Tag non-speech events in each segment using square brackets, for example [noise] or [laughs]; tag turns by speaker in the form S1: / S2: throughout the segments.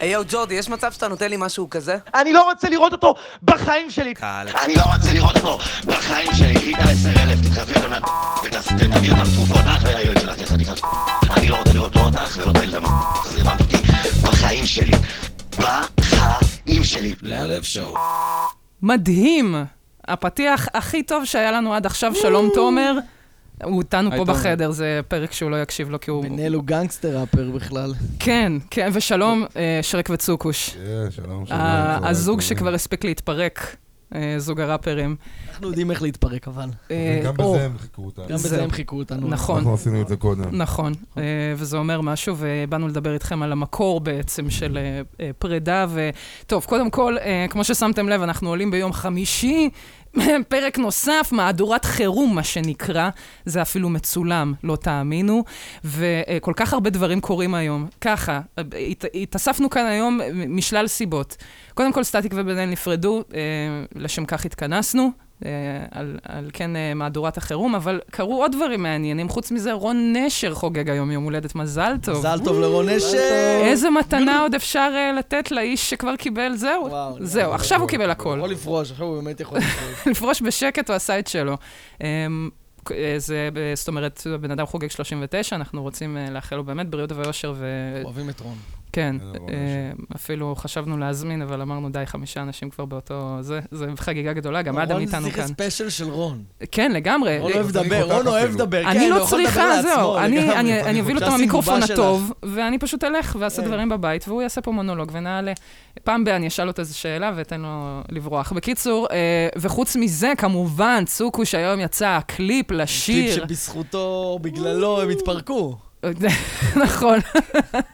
S1: היי, יואו, ג'ורדי, יש מצב שאתה נותן לי משהו כזה?
S2: אני לא רוצה לראות אותו בחיים שלי.
S3: קהל.
S4: אני לא רוצה לראות פה בחיים שלי, חיטה 10,000, תתחביא אותו מה... ותביא אותם תרופות, את והיועץ שלך, איך אני חושב. אני לא רוצה לראות לא אותך ולא את הילדה, זה הבנת אותי, בחיים שלי. בחיים שלי.
S3: לערב שואו.
S5: מדהים. הפתיח הכי טוב שהיה לנו עד עכשיו, שלום
S6: Mm.
S5: תומר. הוא איתנו
S7: היי,
S5: פה
S7: תומר.
S5: בחדר, זה פרק שהוא לא יקשיב לו כי הוא...
S7: מנהל הוא גנגסטר ראפר בכלל.
S5: כן, כן, ושלום, אה, שרק וצוקוש.
S6: כן, שלום, שלום.
S5: ה-
S6: צהריים
S5: הזוג
S6: טובים.
S5: שכבר הספיק להתפרק, אה, זוג הראפרים.
S7: אנחנו יודעים איך להתפרק אבל.
S5: אה,
S6: גם
S5: או,
S6: בזה הם חיכו אותנו.
S7: גם
S5: זהו.
S7: בזה הם חיכו אותנו.
S5: נכון.
S6: אנחנו עשינו את זה קודם.
S5: נכון, אה, וזה אומר משהו, ובאנו לדבר איתכם על המקור בעצם של אה, אה, פרידה. ו- טוב, קודם כל, אה, כמו ששמתם לב, אנחנו עולים ביום חמישי, [laughs] פרק נוסף, מהדורת חירום, מה שנקרא. זה אפילו מצולם, לא תאמינו. וכל כך הרבה דברים קורים היום. ככה, אה, הת- התאספנו כאן היום אה, משלל סיבות. קודם כל, סטטיק ובן-אל נפרדו, אה, לשם כך התכנסנו. אה, על, על כן אה, מהדורת החירום, אבל קרו עוד דברים מעניינים. חוץ מזה, רון נשר חוגג היום יום הולדת, מזל טוב.
S7: מזל טוב לרון אשר.
S5: איזה מתנה עוד אפשר אה, לתת לאיש שכבר קיבל? זהו,
S7: וואו,
S5: זהו,
S7: נראה.
S5: עכשיו הוא קיבל הכל.
S7: יכול לפרוש, עכשיו הוא באמת יכול לפרוש.
S5: [laughs] לפרוש בשקט, הוא עשה את שלו. אמ, כ- אה, זה, ב- זאת אומרת, הבן אדם חוגג 39, אנחנו רוצים אה, לאחל לו באמת בריאות ויושר,
S7: אוהבים את רון.
S5: וכן,
S6: אה, ברור,
S5: כן, אפילו חשבנו להזמין, אבל אמרנו, די, חמישה אנשים כבר באותו... זה זה חגיגה גדולה, גם אדם
S7: רון
S5: איתנו
S7: צריך
S5: כאן.
S7: ספיישל של רון.
S5: כן, לגמרי.
S7: רון
S5: אה,
S7: אוהב
S6: לא צריך
S7: לדבר,
S6: אותך
S7: רון אוהב
S6: אפילו.
S7: לדבר. כן,
S5: אני
S7: הוא
S5: לא
S7: יכול לדבר
S5: צריכה,
S7: לעצמו,
S5: זהו, אני-
S7: לגמרי.
S5: אני אני אביא לו את
S7: שהסיבובה
S5: המיקרופון
S7: שלך.
S5: הטוב, ואני פשוט אלך ואעשה
S7: כן.
S5: דברים בבית, והוא יעשה פה מונולוג ונעלה. פעם ב- אני אשאל אותו איזו שאלה ואתן לו לברוח. בקיצור, אה, וחוץ מזה, כמובן, צוקו שהיום יצא הקליפ
S7: קליפ
S5: לשיר.
S7: שבזכותו, בגללו, הם
S5: [laughs]
S7: התפרקו.
S5: נכון,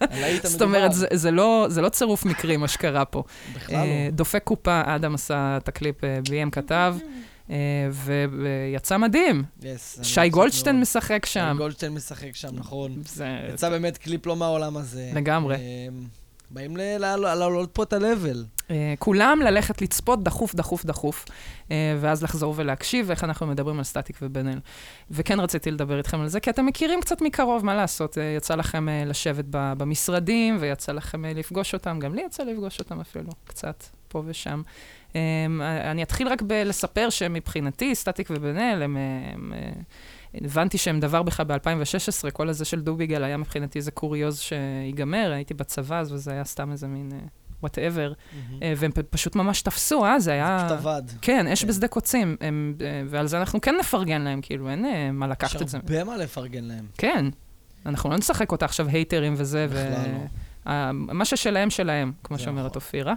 S7: הלהיט
S5: זאת
S7: המדובר.
S5: אומרת, זה- זה לא- זה לא צירוף מקרי מה שקרה פה.
S7: בכלל
S5: אה,
S7: לא.
S5: דופק קופה, אדם עשה את הקליפ, אה, ביים כתב, אה, ו- ויצא מדהים.
S7: Yes, אני
S5: שי
S7: מבסוט
S5: גולדשטיין
S7: מאוד.
S5: משחק שם.
S7: שי גולדשטיין משחק שם, נכון.
S5: זה-
S7: יצא באמת קליפ לא מהעולם הזה.
S5: לגמרי.
S7: אמ, באים ל- לעל- לעלות פה את ה-level.
S5: אה, כולם ללכת לצפות דחוף, דחוף, דחוף, אה, ואז לחזור ולהקשיב, איך אנחנו מדברים על סטטיק ובן אל. וכן רציתי לדבר איתכם על זה, כי אתם מכירים קצת מקרוב, מה לעשות? אה, יצא לכם אה, לשבת ב- במשרדים, ויצא לכם אה, לפגוש אותם, גם לי יצא לפגוש אותם אפילו, קצת, פה ושם. אה, אני אתחיל רק בלספר שמבחינתי, סטטיק ובן אל, הם... אה, הם אה, הבנתי שהם דבר בך ב-2016, כל הזה של דוביגל היה מבחינתי איזה קוריוז שיגמר, הייתי בצבא אז, וזה היה סתם איזה מין וואטאבר. אה, והם פ- פשוט ממש תפסו, אה, זה היה...
S7: Mm-hmm. פשוט עבד.
S5: כן, אש
S7: כן.
S5: בשדה קוצים, הם, אה, ועל זה אנחנו כן נפרגן להם, כאילו, אין אה, מה
S7: יש
S5: לקחת את זה.
S7: הרבה מה לפרגן להם.
S5: כן, אנחנו לא נשחק אותה עכשיו הייטרים וזה, ו...
S7: בכלל לא.
S5: ה- מה ששלהם שלהם, כמו
S7: זה
S5: שאומרת
S7: נכון.
S5: אופירה.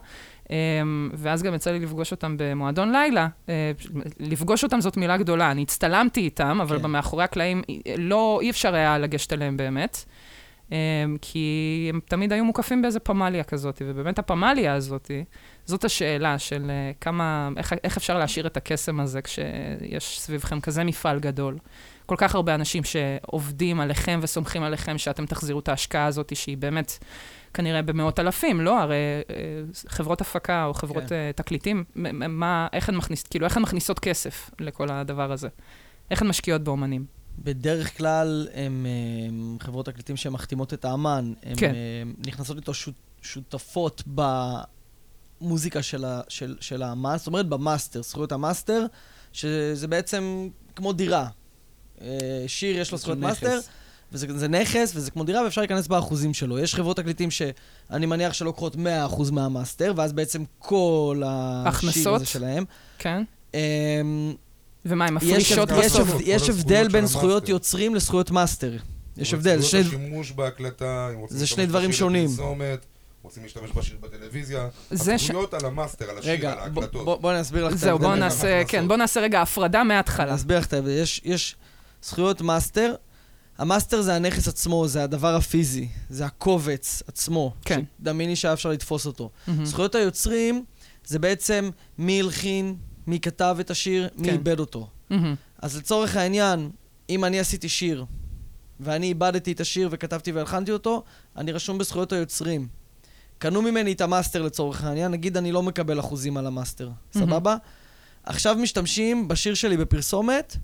S5: אמ, ואז גם יצא לי לפגוש אותם במועדון לילה. אה, לפגוש אותם זאת מילה גדולה, אני הצטלמתי איתם, אבל
S7: כן.
S5: במאחורי הקלעים אי- לא, אי אפשר היה לגשת אליהם באמת. אמ, כי הם תמיד היו מוקפים באיזה פמליה כזאת, ובאמת הפמליה הזאת, זאת השאלה של אה, כמה, איך, איך אפשר להשאיר את הקסם הזה כשיש סביבכם כזה מפעל גדול. כל כך הרבה אנשים שעובדים עליכם וסומכים עליכם שאתם תחזירו את ההשקעה הזאת, שהיא באמת כנראה במאות אלפים, לא? הרי אה, חברות הפקה או חברות
S7: כן.
S5: כן. תקליטים, מ- מ- מה, איך הן מכניס, כאילו, איך הן מכניסות כסף לכל הדבר הזה? איך הן משקיעות באומנים?
S7: בדרך כלל הם, אה, הם חברות תקליטים שמחתימות את האמן. הם,
S5: כן.
S7: הם נכנסות איתו שות, שותפות במוזיקה של, ה, של, של האמן, זאת אומרת במאסטר, זכויות המאסטר, שזה בעצם כמו דירה. אה, שיר יש לו
S5: זה
S7: זכויות
S5: נכס.
S7: מאסטר, וזה זה נכס, וזה כמו דירה, ואפשר להיכנס באחוזים שלו. יש חברות תקליטים שאני מניח שלוקחות 100% מהמאסטר, ואז בעצם כל השיר
S5: הכנסות?
S7: הזה שלהם.
S5: כן?
S7: אמ,
S5: ומה, הן
S7: יש,
S5: מפרישות
S7: הבד- יש,
S5: בסוף?
S6: הבדל.
S7: הבד-
S6: כל
S7: יש
S6: הזכויות
S7: הבדל
S6: של
S7: בין
S6: המאסטר.
S7: זכויות יוצרים לזכויות מאסטר. יש הבדל, זה שני...
S6: רוצים לעשות שימוש בהקלטה, אם רוצים
S7: זה
S6: להשתמש
S7: שני דברים
S6: בשיר
S7: שונים.
S6: לפרסומת, רוצים להשתמש בשיר בטלוויזיה.
S5: זה ש-
S6: הזכויות על המאסטר, על השיר, על
S7: רגע, ב-
S6: ההקלטות.
S7: בוא- בוא אני אסביר לך את
S5: זהו, בואו
S6: בין
S5: נעשה,
S6: ההכנסות.
S5: כן, בואו נעשה רגע הפרדה מההתחלה.
S7: אני אסביר לך את ההבדל. יש- יש זכויות מאסטר. המאסטר זה הנכס עצמו, זה הדבר הפיזי, זה הקובץ עצמו.
S5: כן.
S7: שדמייני שהיה אפשר לתפוס אותו.
S5: מהמם.
S7: זכויות היוצרים זה בעצם מי הלחין, מי כתב את השיר, מי
S5: כן.
S7: איבד אותו.
S5: מהמם.
S7: אז לצורך העניין, אם אני עשיתי שיר, ואני איבדתי את השיר וכתבתי והלחנתי אותו, אני רשום בזכויות היוצרים. קנו ממני את המאסטר לצורך העניין, נגיד אני לא מקבל אחוזים על המאסטר, סבבה? עכשיו משתמשים בשיר שלי בפרסומת,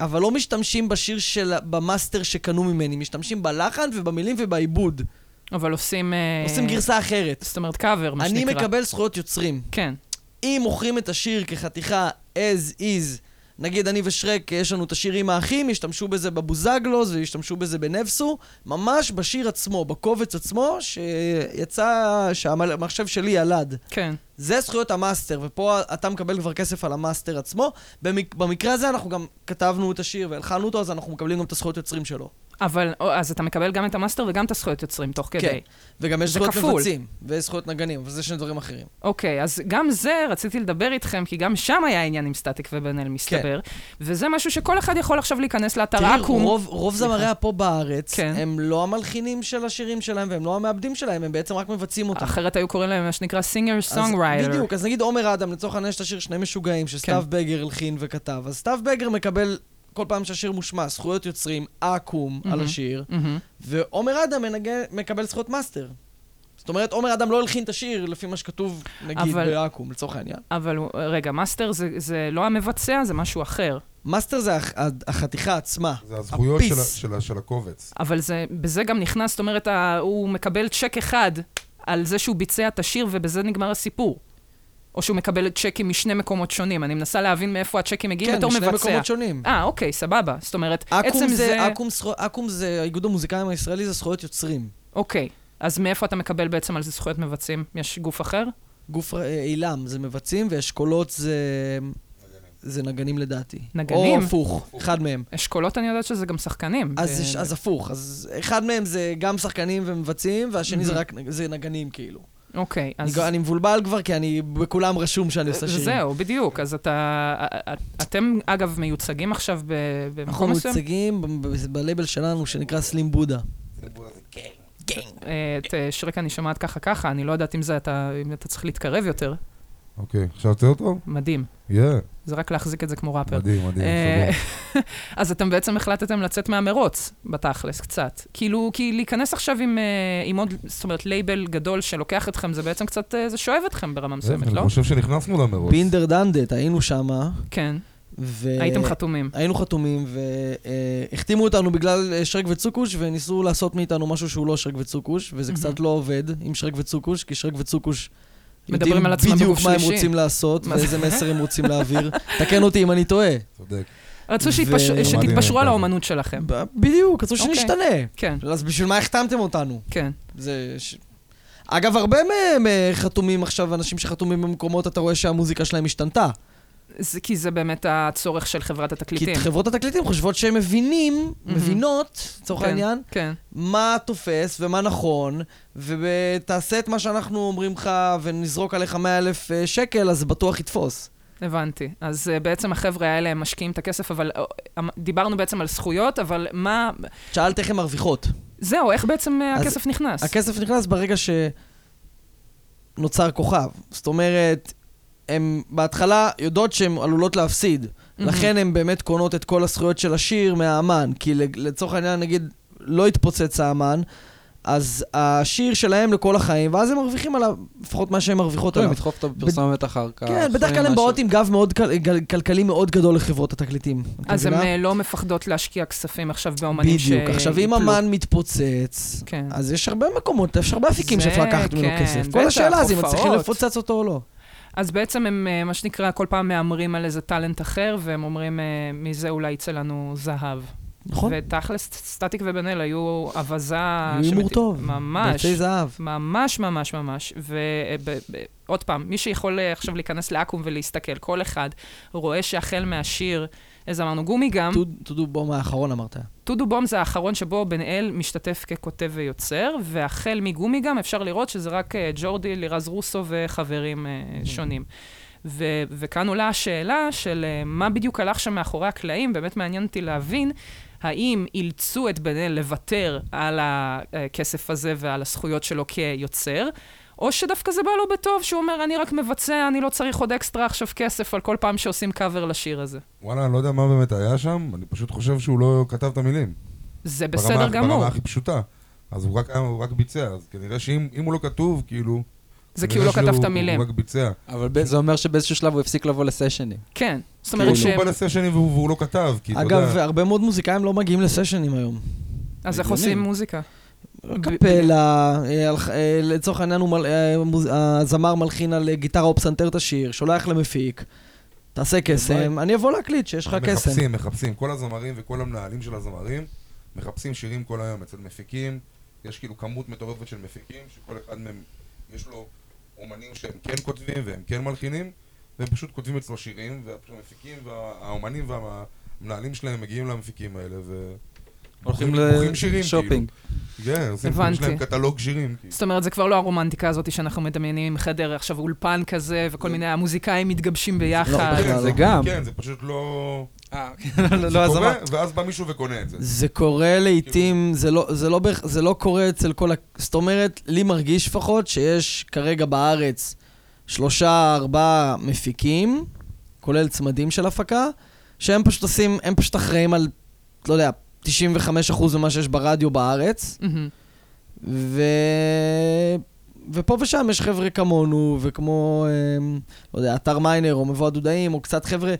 S7: אבל לא משתמשים בשיר של... במאסטר שקנו ממני, משתמשים בלחן ובמילים ובעיבוד.
S5: אבל עושים... אה,
S7: עושים גרסה אחרת.
S5: זאת אומרת, קאבר, מה
S7: אני
S5: שנקרא.
S7: מקבל זכויות יוצרים.
S5: כן.
S7: אם מוכרים את השיר כחתיכה as is, נגיד אני ושרק, יש לנו את השיר עם האחים, ישתמשו בזה בבוזגלוס וישתמשו בזה בנבסו, ממש בשיר עצמו, בקובץ עצמו, שיצא, שהמחשב שלי ילד.
S5: כן.
S7: זה זכויות המאסטר, ופה אתה מקבל כבר כסף על המאסטר עצמו. במק... במקרה הזה אנחנו גם כתבנו את השיר והלחנו אותו, אז אנחנו מקבלים גם את הזכויות יוצרים שלו.
S5: אבל, או, אז אתה מקבל גם את המאסטר וגם את הזכויות יוצרים תוך
S7: כן.
S5: כדי.
S7: וגם יש
S5: אוקיי. זה
S7: זכויות
S5: כפול.
S7: מבצעים, ויש זכויות נגנים, אבל זה שני דברים אחרים.
S5: אוקיי, אז גם זה, רציתי לדבר איתכם, כי גם שם היה עניין עם סטטיק ובן אל, מסתבר. וזה משהו שכל אחד יכול עכשיו להיכנס לאתר
S7: כן. תראי,
S5: אקו"ם.
S7: רוב, רוב זמריה פה בארץ,
S5: כן.
S7: הם לא המלחינים של השירים שלהם והם לא המעבדים שלהם, הם בעצם רק מבצעים אותם.
S5: אחרת היו קוראים להם מה שנקרא
S7: אז-
S5: סינגר-סונגרייטר.
S7: בדיוק, אז נגיד עומר אדם, לצורך העניין יש את השיר שני משוגעים,
S5: כן.
S7: שסתיו בגר הלחין וכתב, אז סתיו בגר מקבל כל פעם שהשיר מושמע, זכויות יוצרים, אקו"ם על
S5: מהמם.
S7: השיר, ועומר אדם מנגן, מקבל זכויות מאסטר. זאת אומרת, עומר אדם לא הלחין את השיר לפי מה שכתוב, נגיד,
S5: אבל-
S7: באקו"ם, לצורך העניין.
S5: אבל הוא- רגע, מאסטר זה, זה לא המבצע, זה משהו אחר.
S7: מאסטר זה הח- החתיכה עצמה.
S6: זה הזכויות של ה-
S7: הפיס.
S6: של ה- של הקובץ.
S5: אבל זה, בזה גם נכנס, זאת אומרת, ה- הוא מקבל צ'ק אחד על זה שהוא ביצע את השיר, ובזה נגמר הסיפור. או שהוא מקבל צ'קים משני מקומות שונים. אני מנסה להבין מאיפה הצ'קים מגיעים
S7: כן,
S5: בתור מבצע.
S7: משני מקומות שונים.
S5: אה, אוקיי, סבבה. זאת אומרת, עצם
S7: אקו"ם
S5: זה...
S7: זה, אקו"ם, זכו- אקו"ם זה, האיגוד המוזיקאים הישראלי זה זכויות יוצרים.
S5: אוקיי, אז מאיפה אתה מקבל בעצם על זה זכויות מבצעים? יש גוף אחר?
S7: גוף ר- אה, אילם זה מבצעים, ואשכולות זה... זה נגנים לדעתי.
S5: נגנים?
S7: או הפוך, אחד מהם.
S5: אשכולות, אני יודעת שזה גם שחקנים.
S7: אז,
S5: ו-
S7: זה- אז הפוך, אז אחד מהם זה גם שחקנים ומבצעים, והשני זה רק נג- זה נגנים כאילו.
S5: אוקיי,
S7: אני,
S5: אז...
S7: גם- אני מבולבל כבר, כי אני בכולם רשום שאני עושה שירים.
S5: זהו, בדיוק. אז אתה... אתם, אגב, מיוצגים עכשיו ב-
S7: אנחנו
S5: במקום מסוים?
S7: מוצגים ב- ב- בלייבל שלנו שנקרא סלים בודה.
S5: אה, את אה, שרק אני שומעת ככה ככה, אני לא יודעת אם זה אתה, אם אתה צריך להתקרב יותר.
S6: אוקיי, עכשיו תראה אותו?
S5: מדהים.
S6: יא,
S5: זה רק להחזיק את זה כמו ראפר.
S6: מדהים, מדהים.
S5: אה,
S6: סבבה.
S5: אז אתם בעצם החלטתם לצאת מהמרוץ, בתכלס, קצת. כאילו, כי להיכנס עכשיו עם, אה, עם עוד, זאת אומרת, לייבל גדול שלוקח אתכם, זה בעצם קצת, אה, זה שואב אתכם ברמה מסוימת,
S6: אני
S5: לא?
S6: חושב שנכנסנו למרוץ.
S7: בינדר דנדט, היינו שמה,
S5: כן,
S7: ו...
S5: הייתם חתומים.
S7: היינו חתומים, והחתימו אותנו בגלל אה, שרק וצוקוש, וניסו לעשות מאיתנו משהו שהוא לא שרק וצוקוש, וזה
S5: מהמם.
S7: קצת לא עובד עם שרק וצוקוש, כי שרק וצוקוש...
S5: מדברים
S7: יודעים
S5: על עצמם
S7: בדיוק
S5: בגוף
S7: מה הם
S5: שלישי.
S7: רוצים לעשות,
S5: מה זה?
S7: ואיזה מסר הם
S5: [laughs]
S7: רוצים להעביר. תקן אותי אם אני טועה.
S6: צודק.
S5: רצו
S7: ו-
S5: שיתפש...
S7: אמרתי,
S5: שתתפשרו על
S6: אה,
S5: האומנות שלכם.
S7: ב- בדיוק, רצו
S5: כן. אוקיי.
S7: שנשתנה.
S5: כן,
S7: אז בשביל מה החתמתם אותנו?
S5: כן.
S7: זה... ש- אגב, הרבה מהם אה, חתומים עכשיו, אנשים שחתומים במקומות, אתה רואה שהמוזיקה שלהם השתנתה.
S5: זה, כי זה באמת הצורך של חברת
S7: כי
S5: התקליטים.
S7: חברות התקליטים חושבות שהם מבינים,
S5: מהמם.
S7: מבינות, לצורך
S5: כן,
S7: העניין,
S5: כן.
S7: מה תופס ומה נכון, ותעשה את מה שאנחנו אומרים לך ונזרוק עליך 100 אלף אה, שקל, אז זה בטוח יתפוס.
S5: הבנתי. אז אה, בעצם החבר'ה האלה, הם משקיעים את הכסף, אבל אה, אמ- דיברנו בעצם על זכויות, אבל מה...
S7: שאלת איך הן מרוויחות.
S5: זהו, איך בעצם אה,
S7: אז
S5: הכסף נכנס?
S7: הכסף נכנס ברגע שנוצר כוכב. זאת אומרת, הן בהתחלה יודעות שהן עלולות להפסיד. לכן הן באמת קונות את כל הזכויות של השיר מהאמן. כי לג- לצורך העניין, נגיד, לא התפוצץ האמן, אז השיר שלהם לכל החיים, ואז הם מרוויחים עליו, לפחות מה שהן מרוויחות
S3: יכולים
S7: עליו.
S3: לדחוף את הפרסומת אחר כך.
S7: כן, בדרך כלל הן
S3: משהו.
S7: באות עם גב מאוד כל- גל- כלכלי מאוד גדול לחברות התקליטים. את
S5: אז הן
S7: מבינה?
S5: אה, לא מפחדות להשקיע כספים עכשיו באומנים ש...
S7: בדיוק. עכשיו, אם
S5: ייפלו.
S7: אמן מתפוצץ,
S5: כן.
S7: אז יש הרבה מקומות, יש הרבה אפיקים
S5: זה,
S7: שאפשר לקחת ממנו
S5: כן,
S7: כסף. כל
S5: בטח,
S7: השאלה זה אם
S5: הופעות.
S7: מצליחים לפוצץ אותו או לא.
S5: אז בעצם הם, אה, מה שנקרא, כל פעם מהמרים על איזה טאלנט אחר, והם אומרים, אה, מזה אולי יצא לנו זהב.
S7: נכון?
S5: ותכלס, סטטיק ובן אל היו אווזה...
S7: היו
S5: שבט-
S7: הימור טוב.
S5: ממש.
S7: ביצי זהב.
S5: ממש ממש ממש, ועוד פעם, מי שיכול אה, עכשיו להיכנס לאקו"ם ולהסתכל, כל אחד רואה שהחל מהשיר, איזה אמרנו, גומי גם,
S7: טוד- טודו בום האחרון אמרת.
S5: טודו בום זה האחרון שבו בן אל משתתף ככותב ויוצר, והחל מגומי גם אפשר לראות שזה רק אה, ג'ורדי, לירז רוסו וחברים אה, שונים. ו- וכאן עולה השאלה של אה, מה בדיוק הלך שם מאחורי הקלעים, באמת מעניין אותי להבין. האם אילצו את בן אל לוותר על הכסף הזה ועל הזכויות שלו כיוצר, או שדווקא זה בא לו בטוב, שהוא אומר, אני רק מבצע, אני לא צריך עוד אקסטרה עכשיו כסף על כל פעם שעושים קאבר לשיר הזה.
S6: וואלה, אני לא יודע מה באמת היה שם, אני פשוט חושב שהוא לא כתב את המילים.
S5: זה
S6: ברמה-
S5: בסדר גמור.
S6: ברמה הכי פשוטה. אז הוא רק, הוא רק ביצע, אז כנראה שאם אם הוא לא כתוב, כאילו...
S5: זה כי
S6: כנראה
S5: הוא לא כתב
S6: שהוא-
S5: את המילים.
S6: הוא רק ביצע.
S3: אבל ב- זה אומר שבאיזשהו שלב הוא הפסיק לבוא לסשנים.
S5: כן. זאת
S6: כאילו,
S5: אומרת
S6: שהוא
S5: שהם
S6: בא לסשנים והוא והוא לא כתב, כי אתה יודע...
S7: אגב, הרבה מאוד מוזיקאים לא מגיעים לסשנים היום.
S5: אז איך
S3: הגיוני.
S5: עושים מוזיקה?
S7: קפלה, אה, על- אה, לצורך העניין הוא מל- אה, מוז- הזמר מלחין על אה, גיטרה או פסנתר את השיר, שולח למפיק, תעשה קסם, אני אבוא להקליט שיש לך קסם.
S6: מחפשים, מחפשים. כל הזמרים וכל המנהלים של הזמרים מחפשים שירים כל היום. אצל מפיקים, יש כאילו כמות מטורפת של מפיקים, שכל אחד מהם, יש לו אומנים שהם כן כותבים והם כן מלחינים, והם פשוט כותבים אצלו שירים, והמפיקים והאומנים והמנהלים שלהם מגיעים למפיקים האלה, ו...
S3: הולכים
S6: בוחרים- בוחרים שירים,
S3: לשופינג.
S6: כאילו. כן, עושים- יש
S5: הבנתי.
S6: להם קטלוג שירים, כאילו.
S5: זאת אומרת, זה כבר לא הרומנטיקה הזאת שאנחנו מדמיינים עם חדר עכשיו אולפן כזה, וכל מיני המוזיקאים מתגבשים ביחד.
S7: בכלל.
S6: כן,
S3: זה גם.
S6: כן, זה פשוט לא...
S3: אה, כן, [laughs] לא,
S6: זה
S3: לא, אז
S6: קורה,
S3: אמרתי.
S6: ואז בא מישהו וקונה את זה.
S7: זה קורה לעיתים, זה לא, זה, לא, בהכ- זה לא קורה אצל כל ה... זאת אומרת, לי מרגיש לפחות שיש כרגע בארץ שלושה, ארבעה מפיקים, כולל צמדים של הפקה, שהם פשוט עושים, הם פשוט אחראים על, לא יודע, 95% ממה שיש ברדיו בארץ,
S5: מהמם.
S7: ו... ופה ושם יש חבר'ה כמונו, וכמו, אמ, לא יודע, אתר מיינר, או מבוא הדודאים, או קצת חבר'ה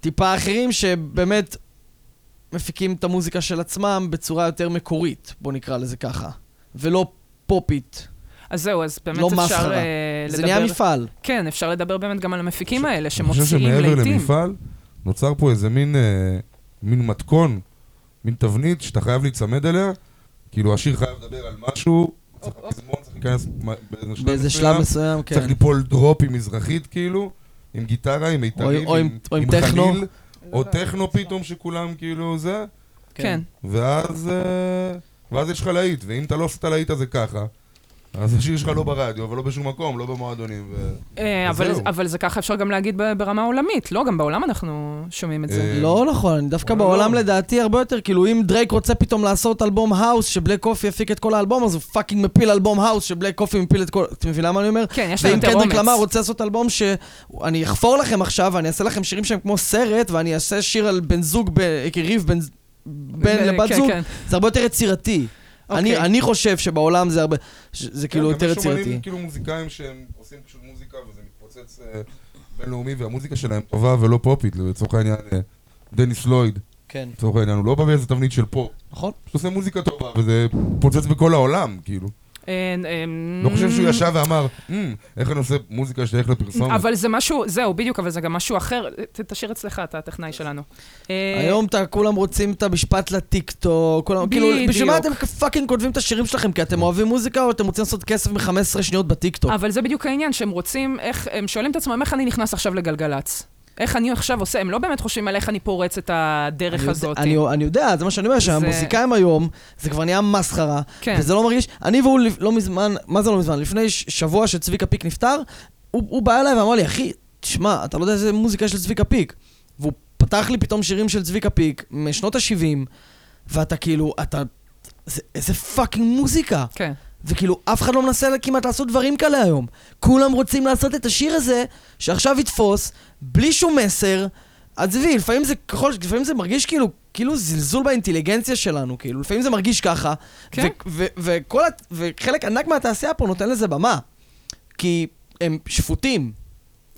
S7: טיפה אחרים, שבאמת מפיקים את המוזיקה של עצמם בצורה יותר מקורית, בוא נקרא לזה ככה. ולא פופית.
S5: אז זהו, אז באמת
S7: לא
S5: אפשר
S7: מסחרה.
S5: אה,
S7: זה נהיה
S5: לדבר...
S7: מפעל.
S5: כן, אפשר לדבר באמת גם על המפיקים
S6: אני
S5: האלה,
S6: אני חושב
S5: שמוציאים
S6: שמעבר
S5: לעיתים.
S6: למפעל, נוצר פה איזה מין, אה, מין מתכון, מין תבנית שאתה חייב להיצמד אליה. כאילו, השיר חייב לדבר על משהו, צריך פזמון, צריך להיכנס מה- באיזה שלב
S7: באיזה שלב מסוים, כן.
S6: צריך ליפול דרופ עם מזרחית, כאילו, עם גיטרה, עם מיתרים,
S7: או עם- או עם טכנו. לא,
S6: חליל, או טכנו פתאום, שכולם כאילו זה,
S5: כן.
S6: ואז אה, ואז יש לך להיט, ואם אתה לא עושה את הלהיט הזה ככה, אז השיר שלך לא ברדיו, ולא בשום מקום, לא במועדונים. ו-
S5: אה, אבל-
S6: וזהו.
S5: אבל זה ככה אפשר גם להגיד ב- ברמה עולמית. לא, גם בעולם אנחנו שומעים את זה.
S6: אה,
S7: לא נכון, אני דווקא
S6: לא, לא.
S7: בעולם לדעתי הרבה יותר, כאילו אם דרייק רוצה פתאום לעשות אלבום האוס, שבלק קופי יפיק את כל האלבום, אז הוא פאקינג מפיל אלבום האוס, שבלק קופי מפיל את כל... את מבינה מה אני אומר?
S5: כן, יש להם
S7: ואם
S5: יותר
S7: קנדריק למר
S5: אומץ.
S7: רוצה לעשות אלבום שאני אחפור לכם עכשיו, ואני אעשה לכם שירים שהם כמו סרט, ואני אעשה שיר על בן זוג, ב- ריב בין בן
S5: ב-
S7: לבת
S5: כן,
S7: זוג,
S5: כן.
S7: זה הרבה יותר יצירתי. אני
S5: אוקיי.
S7: אני חושב שבעולם זה הרבה... ש- זה כאילו
S6: כן,
S7: יותר
S6: גם יש
S7: יצירתי.
S6: אומנים כאילו מוזיקאים שהם עושים פשוט מוזיקה וזה מתפוצץ אה, בינלאומי והמוזיקה שלהם טובה ולא פופית, לצורך העניין אה, דניס לויד,
S7: כן,
S6: לצורך העניין, הוא לא בא באיזה תבנית של פופ,
S7: נכון?
S6: פשוט עושה מוזיקה טובה וזה פוצץ בכל העולם, כאילו.
S5: אה, אה,
S6: לא חושב
S7: Mm.
S6: שהוא ישב ואמר, "אמ, איך אני עושה מוזיקה שתלך לפרסומת.
S5: אבל זה משהו, זהו, בדיוק, אבל זה גם משהו אחר. ת- תשאיר אצלך, אתה הטכנאי שלנו. אה,
S7: היום אתה, כולם רוצים את המשפט לטיקטוק, כולם, כאילו,
S5: בדיוק.
S7: בשביל מה אתם פאקינג כותבים את השירים שלכם? כי אתם אוהבים מוזיקה או אתם רוצים לעשות כסף מ-15 שניות בטיקטוק?
S5: אבל זה בדיוק העניין, שהם רוצים, איך, הם שואלים את עצמם, איך אני נכנס עכשיו לגלגלצ? איך אני עכשיו עושה, הם לא באמת חושבים על איך אני פורץ את הדרך
S7: אני,
S5: הזאת.
S7: יודע- אני, אני יודע, זה מה שאני אומר, שהמוזיקאים היום, זה כבר נהיה מסחרה,
S5: כן.
S7: וזה לא מרגיש, אני והוא לפ- לא מזמן, מה זה לא מזמן? לפני ש- שבוע שצביקה פיק נפטר, הוא, הוא בא אליי ואמר לי, אחי, תשמע, אתה לא יודע איזה מוזיקה של צביקה פיק. והוא פתח לי פתאום שירים של צביקה פיק משנות ה-70, ואתה כאילו, אתה... זה, איזה פאקינג מוזיקה.
S5: כן.
S7: וכאילו, אף אחד לא מנסה כמעט לעשות דברים כאלה היום. כולם רוצים לעשות את השיר הזה, שעכשיו יתפוס, בלי שום מסר. עזבי, לפעמים זה ככל, לפעמים זה מרגיש כאילו, כאילו זלזול באינטליגנציה שלנו, כאילו, לפעמים זה מרגיש ככה.
S5: כן.
S7: ו- ו- וכל, הת- וחלק ענק מהתעשייה פה נותן לזה במה. כי הם שפוטים.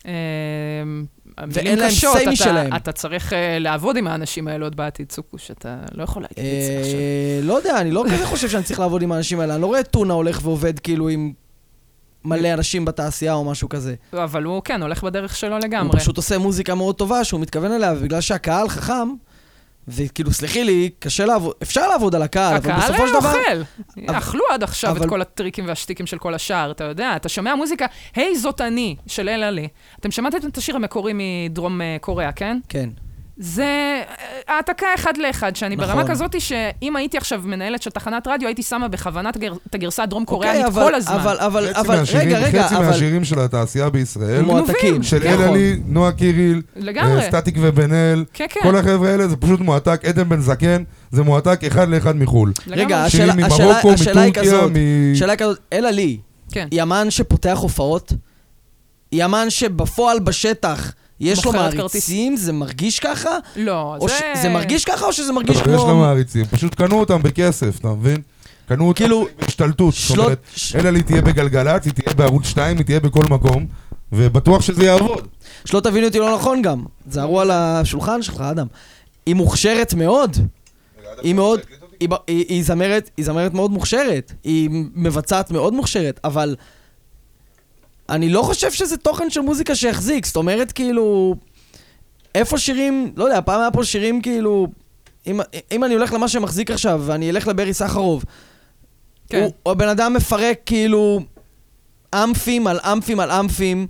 S5: אמ, המילים
S7: ואין להם
S5: קשות,
S7: say
S5: אתה-
S7: משלהם.
S5: אתה צריך אה, לעבוד עם האנשים האלה עוד בעתיד, סוכוש, אתה לא יכול להגיד את זה עכשיו.
S7: אה, לא יודע,
S5: [laughs]
S7: אני לא כזה חושב שאני צריך לעבוד עם האנשים האלה. אני לא רואה טונה הולך ועובד כאילו עם מלא אנשים בתעשייה או משהו כזה.
S5: לא, אבל הוא, כן, הולך בדרך שלו לגמרי.
S7: הוא פשוט עושה מוזיקה מאוד טובה שהוא מתכוון אליה, ובגלל שהקהל חכם, וכאילו, סלחי לי, קשה לעבוד, אפשר לעבוד על הקהל, אבל
S5: הקהל לא
S7: בסופו של דבר...
S5: אוכל. אכלו עד עכשיו את
S7: אבל-
S5: כל הטריקים והשטיקים של כל השאר, אתה יודע, אתה שומע מוזיקה, היי, זאת אני, של אל עלי. אתם שמעתם את השיר המקורי מדרום אה, קוריאה, כן?
S7: כן.
S5: זה אה, העתקה אחד לאחד, שאני
S7: נכון.
S5: ברמה כזאת שאם הייתי עכשיו מנהלת של תחנת רדיו, הייתי שמה בכוונה את הגר- את הגרסה הדרום
S7: אוקיי,
S5: קוריאנית
S7: אבל-
S5: כל הזמן.
S7: אבל, אבל,
S6: חצי
S7: אבל,
S6: מהשירים-
S7: רגע, רגע,
S6: חצי
S7: אבל...
S6: מהשירים של התעשייה בישראל,
S7: הם מועתקים.
S6: של
S7: נכון.
S6: אלעלי, נועה קיריל,
S5: לגמרי.
S6: אה, סטטיק ובן אל,
S5: כן, כן.
S6: כל החבר'ה האלה זה פשוט מועתק, עדן בן זקן, זה מועתק אחד לאחד מחו"ל.
S5: לגמרי.
S7: רגע,
S6: שירים
S7: השאלה- השאלה-
S6: ממרוקו,
S7: השאלה היא
S6: מטורקיה,
S7: כזאת,
S6: מ-
S7: שאלה כזאת, אלא לי,
S5: כן.
S7: ימן שפותח הופעות, ימן שבפועל בשטח יש לו
S5: מוכר את
S7: מעריצים, זה מרגיש ככה?
S5: לא,
S7: או
S5: זה...
S7: ש- זה מרגיש ככה או שזה
S6: לא, יש
S7: מרגיש
S6: לה
S7: כמו...
S6: מעריצים, פשוט קנו אותם בכסף, אתה מבין? קנו אותם
S7: כאילו,
S6: בהשתלטות, זאת
S7: שלוט...
S6: אומרת, אלא היא תהיה בגלגלצ, היא תהיה בערוץ 2, היא תהיה בכל מקום, ובטוח שזה יעבוד.
S7: שלא תבינו אותי לא נכון גם, תזהרו על השולחן שלך, אדם. היא מוכשרת מאוד. היא מאוד- היא ב- היא- היא זמרת, היא זמרת מאוד מוכשרת, היא מבצעת מאוד מוכשרת, אבל אני לא חושב שזה תוכן של מוזיקה שיחזיק, זאת אומרת כאילו, איפה שירים, לא יודע, פעם היה פה שירים כאילו, אם, אם אני הולך למה שמחזיק עכשיו ואני אלך לברי סחרוב,
S5: כן.
S7: כן. הוא, הבן אדם מפרק כאילו אמפים על אמפים על אמפים,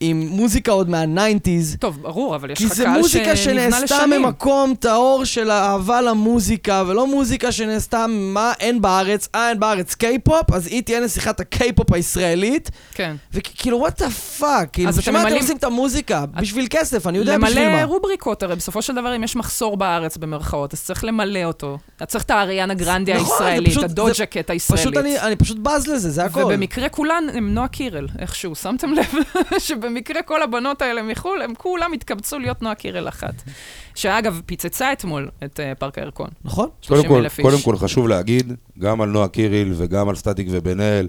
S7: עם מוזיקה עוד מהניינטיז,
S5: טוב, ברור, אבל יש
S7: כי
S5: לך
S7: זה
S5: קהל
S7: מוזיקה
S5: שנבנה
S7: שנעשתה
S5: לשנים.
S7: ממקום טהור של האהבה למוזיקה, ולא מוזיקה שנעשתה מה אין בארץ, אה אין בארץ קיי-פופ, אז היא תהיה נסיכת הקיי-פופ הישראלית,
S5: כן.
S7: וכאילו וואט דה פאק, כאילו
S5: אז אתם
S7: בשביל מה אתם
S5: ממלאים-
S7: עושים את המוזיקה? בשביל כסף, אני יודע בשביל
S5: למלא
S7: מה.
S5: רובריקות, הרי בסופו של דבר, אם יש מחסור בארץ במרכאות, אז צריך למלא אותו. אתה צריך את האריאנה גרנדי
S7: נכון, זה
S5: הישראלית,
S7: פשוט- זה-
S5: הדוג'קט
S7: פשוט
S5: הישראלית.
S7: אני, אני פשוט בז לזה, זה הכל.
S5: ובמקרה כולן הם נועה קירל, איכשהו. שמתם לב [laughs] שבמקרה כל הבנות האלה מחו"ל, הם כולם התקבצו להיות נועה קירל אחת. שאגב, פיצצה אתמול את אה, פארק הירקון.
S7: נכון?
S5: 30
S6: קודם
S5: אלף
S6: כל,
S5: איש.
S6: קודם כל חשוב להגיד, גם על נועה קיריל וגם על סטטיק ובן אל,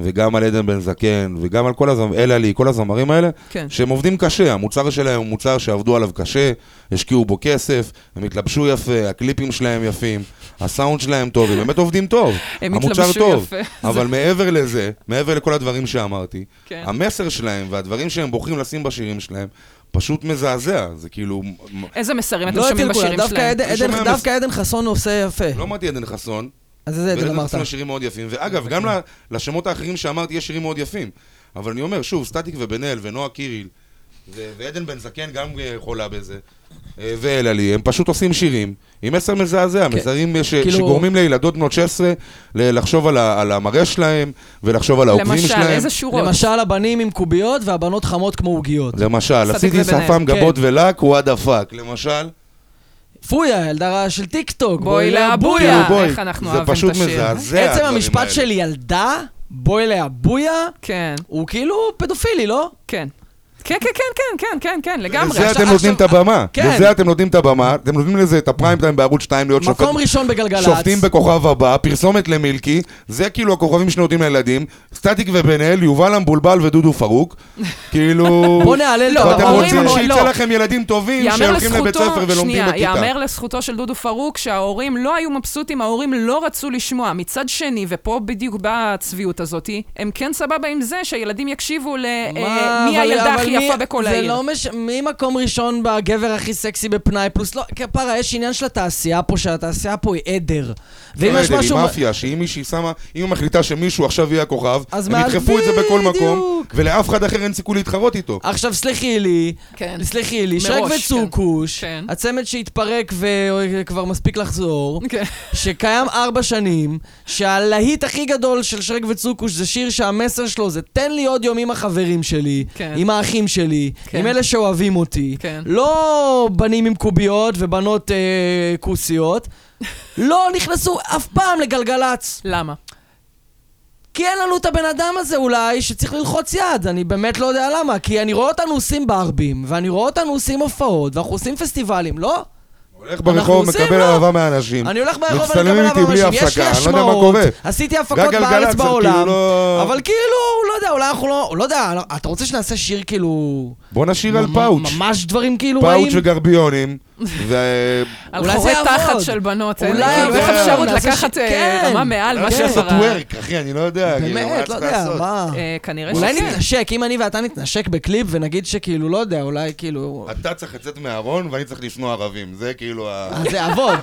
S6: וגם על עדן בן זקן, וגם על כל הזמ... אלעלי, כל הזמרים האלה,
S5: כן.
S6: שהם עובדים קשה, המוצר שלהם הוא מוצר שעבדו עליו קשה, השקיעו בו כסף, הם התלבשו יפה, הקליפים שלהם יפים, הסאונד שלהם טוב, הם באמת עובדים
S5: [laughs]
S6: טוב,
S5: הם
S6: המוצר
S5: התלבשו
S6: טוב,
S5: יפה. [laughs]
S6: אבל מעבר לזה, מעבר לכל הדברים שאמרתי,
S5: כן.
S6: המסר שלהם והדברים שהם בוחרים לשים בשירים שלהם, פשוט מזעזע, זה כאילו...
S5: [laughs] איזה מסרים אתם
S7: לא
S5: שומעים
S7: אצל כולם,
S5: בשירים
S7: דווקא
S5: שלהם?
S7: עדן-
S6: אני שומע
S7: עדן- דווקא עדן חסון עושה יפה.
S6: לא אמרתי עדן חסון,
S7: אז איזה עדן
S6: ולדעת
S7: אמרת?
S6: עצמם שירים מאוד יפים. ואגב, גם ל- לשמות האחרים שאמרתי, יש שירים מאוד יפים. אבל אני אומר, שוב, סטטיק ובן אל ונועה קיריל, ו- ועדן בן זקן גם אה, חולה בזה, אה, ואלעלי, הם פשוט עושים שירים עם מסר מזעזע,
S5: כן.
S6: מסרים ש-
S7: כאילו-
S6: שגורמים לילדות בנות 16 ל- לחשוב על ה- על המראה שלהם, ולחשוב על העוקבים
S5: למשל,
S6: שלהם.
S5: איזה שורות?
S7: למשל הבנים עם קוביות והבנות חמות כמו עוגיות.
S6: למשל,
S5: סטטיק
S6: עשיתי
S5: ובן אל,
S6: שפם
S7: כן.
S6: גבות ולק, וואט דה פאק. למשל,
S7: פויה, הילדה של טיק טוק.
S5: בואי
S7: להבויה.
S5: להבויה.
S6: כאילו, בואי,
S5: אה, איך אנחנו
S6: זה
S5: אוהבים את
S6: פשוט
S5: השיר.
S6: מזעזע.
S7: עצם
S6: הדברים
S7: המשפט
S6: האלה.
S7: של ילדה, בואי אליה בויה,
S5: כן,
S7: הוא כאילו פדופילי, לא?
S5: כן. כן, כן, כן, כן, כן, כן, כן, לגמרי.
S6: לזה
S7: עכשיו-
S6: אתם נותנים את
S7: עכשיו-
S6: הבמה.
S7: כן.
S6: לזה אתם נותנים את הבמה. אתם נותנים לזה את הפריים טיים בערוץ 2 להיות שופט.
S7: מקום ראשון בגלגלצ.
S6: שופטים בכוכב הבא, פרסומת למילקי, זה כאילו הכוכבים שנותנים לילדים, סטטיק ובן אל, יובל המבולבל ודודו
S7: [laughs]
S6: פארוק, כאילו...
S7: בוא נעלה
S5: לא,
S7: לא,
S6: ואתם
S5: ההורים
S6: רוצים
S5: אמרו-
S6: שיצא
S5: לא.
S6: לכם ילדים טובים
S5: יאמר
S6: שהולכים לבית ספר
S5: לזכותו,
S6: ולומדים
S5: שנייה,
S6: בכיתה.
S5: יאמר לזכותו של דודו פרוק שההורים לא היו מבסוטים, ההורים לא רצו לשמוע. מצד שני, ופה בדיוק באה הצביעות הזאת, הם כן סבבה עם זה שהילדים יקשיבו למי אה, הילדה הכי יפה בכל
S7: זה
S5: העיר.
S7: לא מש... מי מקום ראשון בגבר הכי סקסי בפנאי פלוס? לא, כפרה, יש עניין של התעשייה פה, שהתעשייה פה היא עדר. ואם
S6: לא
S7: יש
S6: יודע,
S7: משהו...
S6: היא מאפיה, שאם מישהי שמה, אם היא מחליטה שמישהו עכשיו יהיה הכוכב,
S7: אז
S6: הם
S7: מעל-
S6: ידחפו את זה בכל מקום,
S7: בדיוק.
S6: ולאף אחד אחר אין סיכוי להתחרות איתו.
S7: עכשיו, סלחי לי, [laughs]
S5: כן.
S7: סלחי לי, שרק
S5: מראש,
S7: וצוקוש,
S5: כן.
S7: הצמד שהתפרק וכבר מספיק
S5: [laughs]
S7: לחזור,
S5: כן.
S7: שקיים ארבע שנים, שהלהיט הכי גדול של שרק וצוקוש זה שיר שהמסר שלו זה תן לי עוד יום עם החברים שלי,
S5: כן.
S7: עם האחים שלי,
S5: כן.
S7: עם אלה שאוהבים אותי.
S5: כן.
S7: לא בנים עם קוביות ובנות אה,
S5: [laughs]
S7: כוסיות. לא נכנסו אף פעם לגלגלצ.
S5: למה?
S7: כי אין כן לנו את הבן אדם הזה אולי שצריך ללחוץ יד, אני באמת לא יודע למה. כי אני רואה אותנו עושים ברבים, ואני רואה אותנו עושים הופעות, ואנחנו עושים פסטיבלים, לא?
S6: הולך ברחוב,
S7: עושים,
S6: מקבל
S7: לא?
S6: אהבה מהאנשים.
S7: אני הולך ברחוב, אני
S6: מצטלמים
S7: מקבל
S6: איתי
S7: עליו
S6: בלי
S7: אנשים, יש לי
S6: הפסקה, אני לא יודע מה
S7: השמעות,
S6: קורה.
S7: עשיתי הפקות
S6: גלגלצ,
S7: בארץ
S6: זה
S7: בעולם,
S6: כאילו לא-
S7: אבל כאילו, לא יודע, אולי אנחנו לא, לא יודע, אתה רוצה שנעשה שיר כאילו...
S6: בוא נשאיר על
S7: ממ-
S6: פאוץ'.
S7: ממש דברים כאילו רעים?
S6: פאוץ'
S7: [laughs]
S6: וגרביונים, ו...
S5: על
S7: אולי
S5: חורי
S7: זה יעבוד.
S5: תחת של בנות. אין-
S7: אולי
S5: כאילו, איך
S6: יעבוד.
S5: אפשר עוד
S7: נעשה
S5: לקחת
S7: ש-
S5: אה,
S7: כן.
S5: רמה מעל
S6: לא
S5: מה
S6: יודע לעשות
S5: שכבר... ה-
S6: וורק, אחי, אני לא יודע. כאילו,
S7: אה, באמת, לא
S6: צריך
S7: יודע,
S6: לעשות?
S7: מה?
S5: אה, כנראה
S7: אולי
S5: שכן.
S7: נתנשק, אם אני ואתה נתנשק בקליפ ונגיד שכאילו, לא יודע, אולי
S6: [laughs]
S7: כאילו...
S6: אתה צריך לצאת מהארון ואני צריך לשנוא ערבים, זה כאילו ה...
S7: אה, זה יעבוד,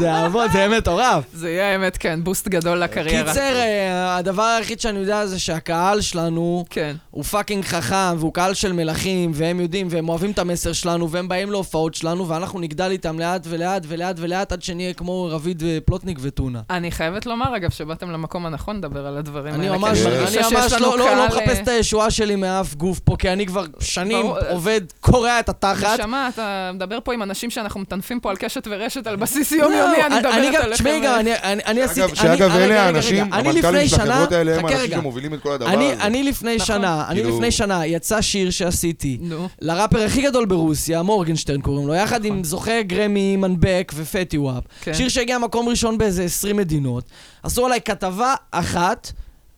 S7: זה יעבוד, זה יהיה מטורף.
S5: זה יהיה האמת, כן, בוסט גדול לקריירה.
S7: קיצר, אה, הדבר היחיד שאני יודע זה שהקהל שלנו
S5: כן.
S7: הוא פאקינג חכם, והוא קהל של מלכים, והם יודעים, והם אוהבים את המסר שלנו, והם באים להופעות שלנו, ואנחנו נגדל איתם לאט ולאט ולאט ולאט עד שנהיה כמו רביד אה, פלוטניק וטונה.
S5: אני חייבת לומר, אגב, שבאתם למקום הנכון לדבר על הדברים
S7: אני
S5: האלה. כי
S7: ממש,
S6: כן.
S5: מרגישה
S7: אני
S5: שיש
S7: ממש
S5: לנו
S7: לא, לא, לא
S5: קהל, אה,
S7: מחפש את הישועה שלי מאף גוף פה, כי אני כבר שנים
S5: ברור, אה,
S7: עובד, קורע את התחת.
S5: נשמה, אתה מדבר פה עם אנשים שאנחנו מטנפים פה על קשת ורשת על בסיס
S7: לא,
S5: יומיומי, אני מדברת
S7: גם-
S5: עליכם. אה.
S7: תשמעי גם, אני- אני אני עשיתי...
S6: אגב,
S7: אני-
S6: שאגב,
S7: אה, רגע, רגע,
S6: אלה
S7: רגע.
S6: האנשים,
S7: אני
S6: המנכ"לים
S7: לפני
S6: של
S7: שנה-
S6: החברות האלה, הם
S7: חכה
S6: האנשים
S7: רגע.
S6: שמובילים את כל הדבר
S7: אני,
S6: הזה.
S7: אני לפני
S5: נכון.
S7: שנה, אני
S6: כאילו-
S7: לפני שנה, יצא שיר שעשיתי.
S5: נו.
S7: לראפר הכי גדול ברוסיה, מורגנשטרן קוראים לו, יחד עם זוכה גרמי מנבק ופטי וואפ.
S5: נכון. כן.
S7: שיר שהגיע מקום ראשון באיזה 20 מדינות. עשו עליי כתבה אחת,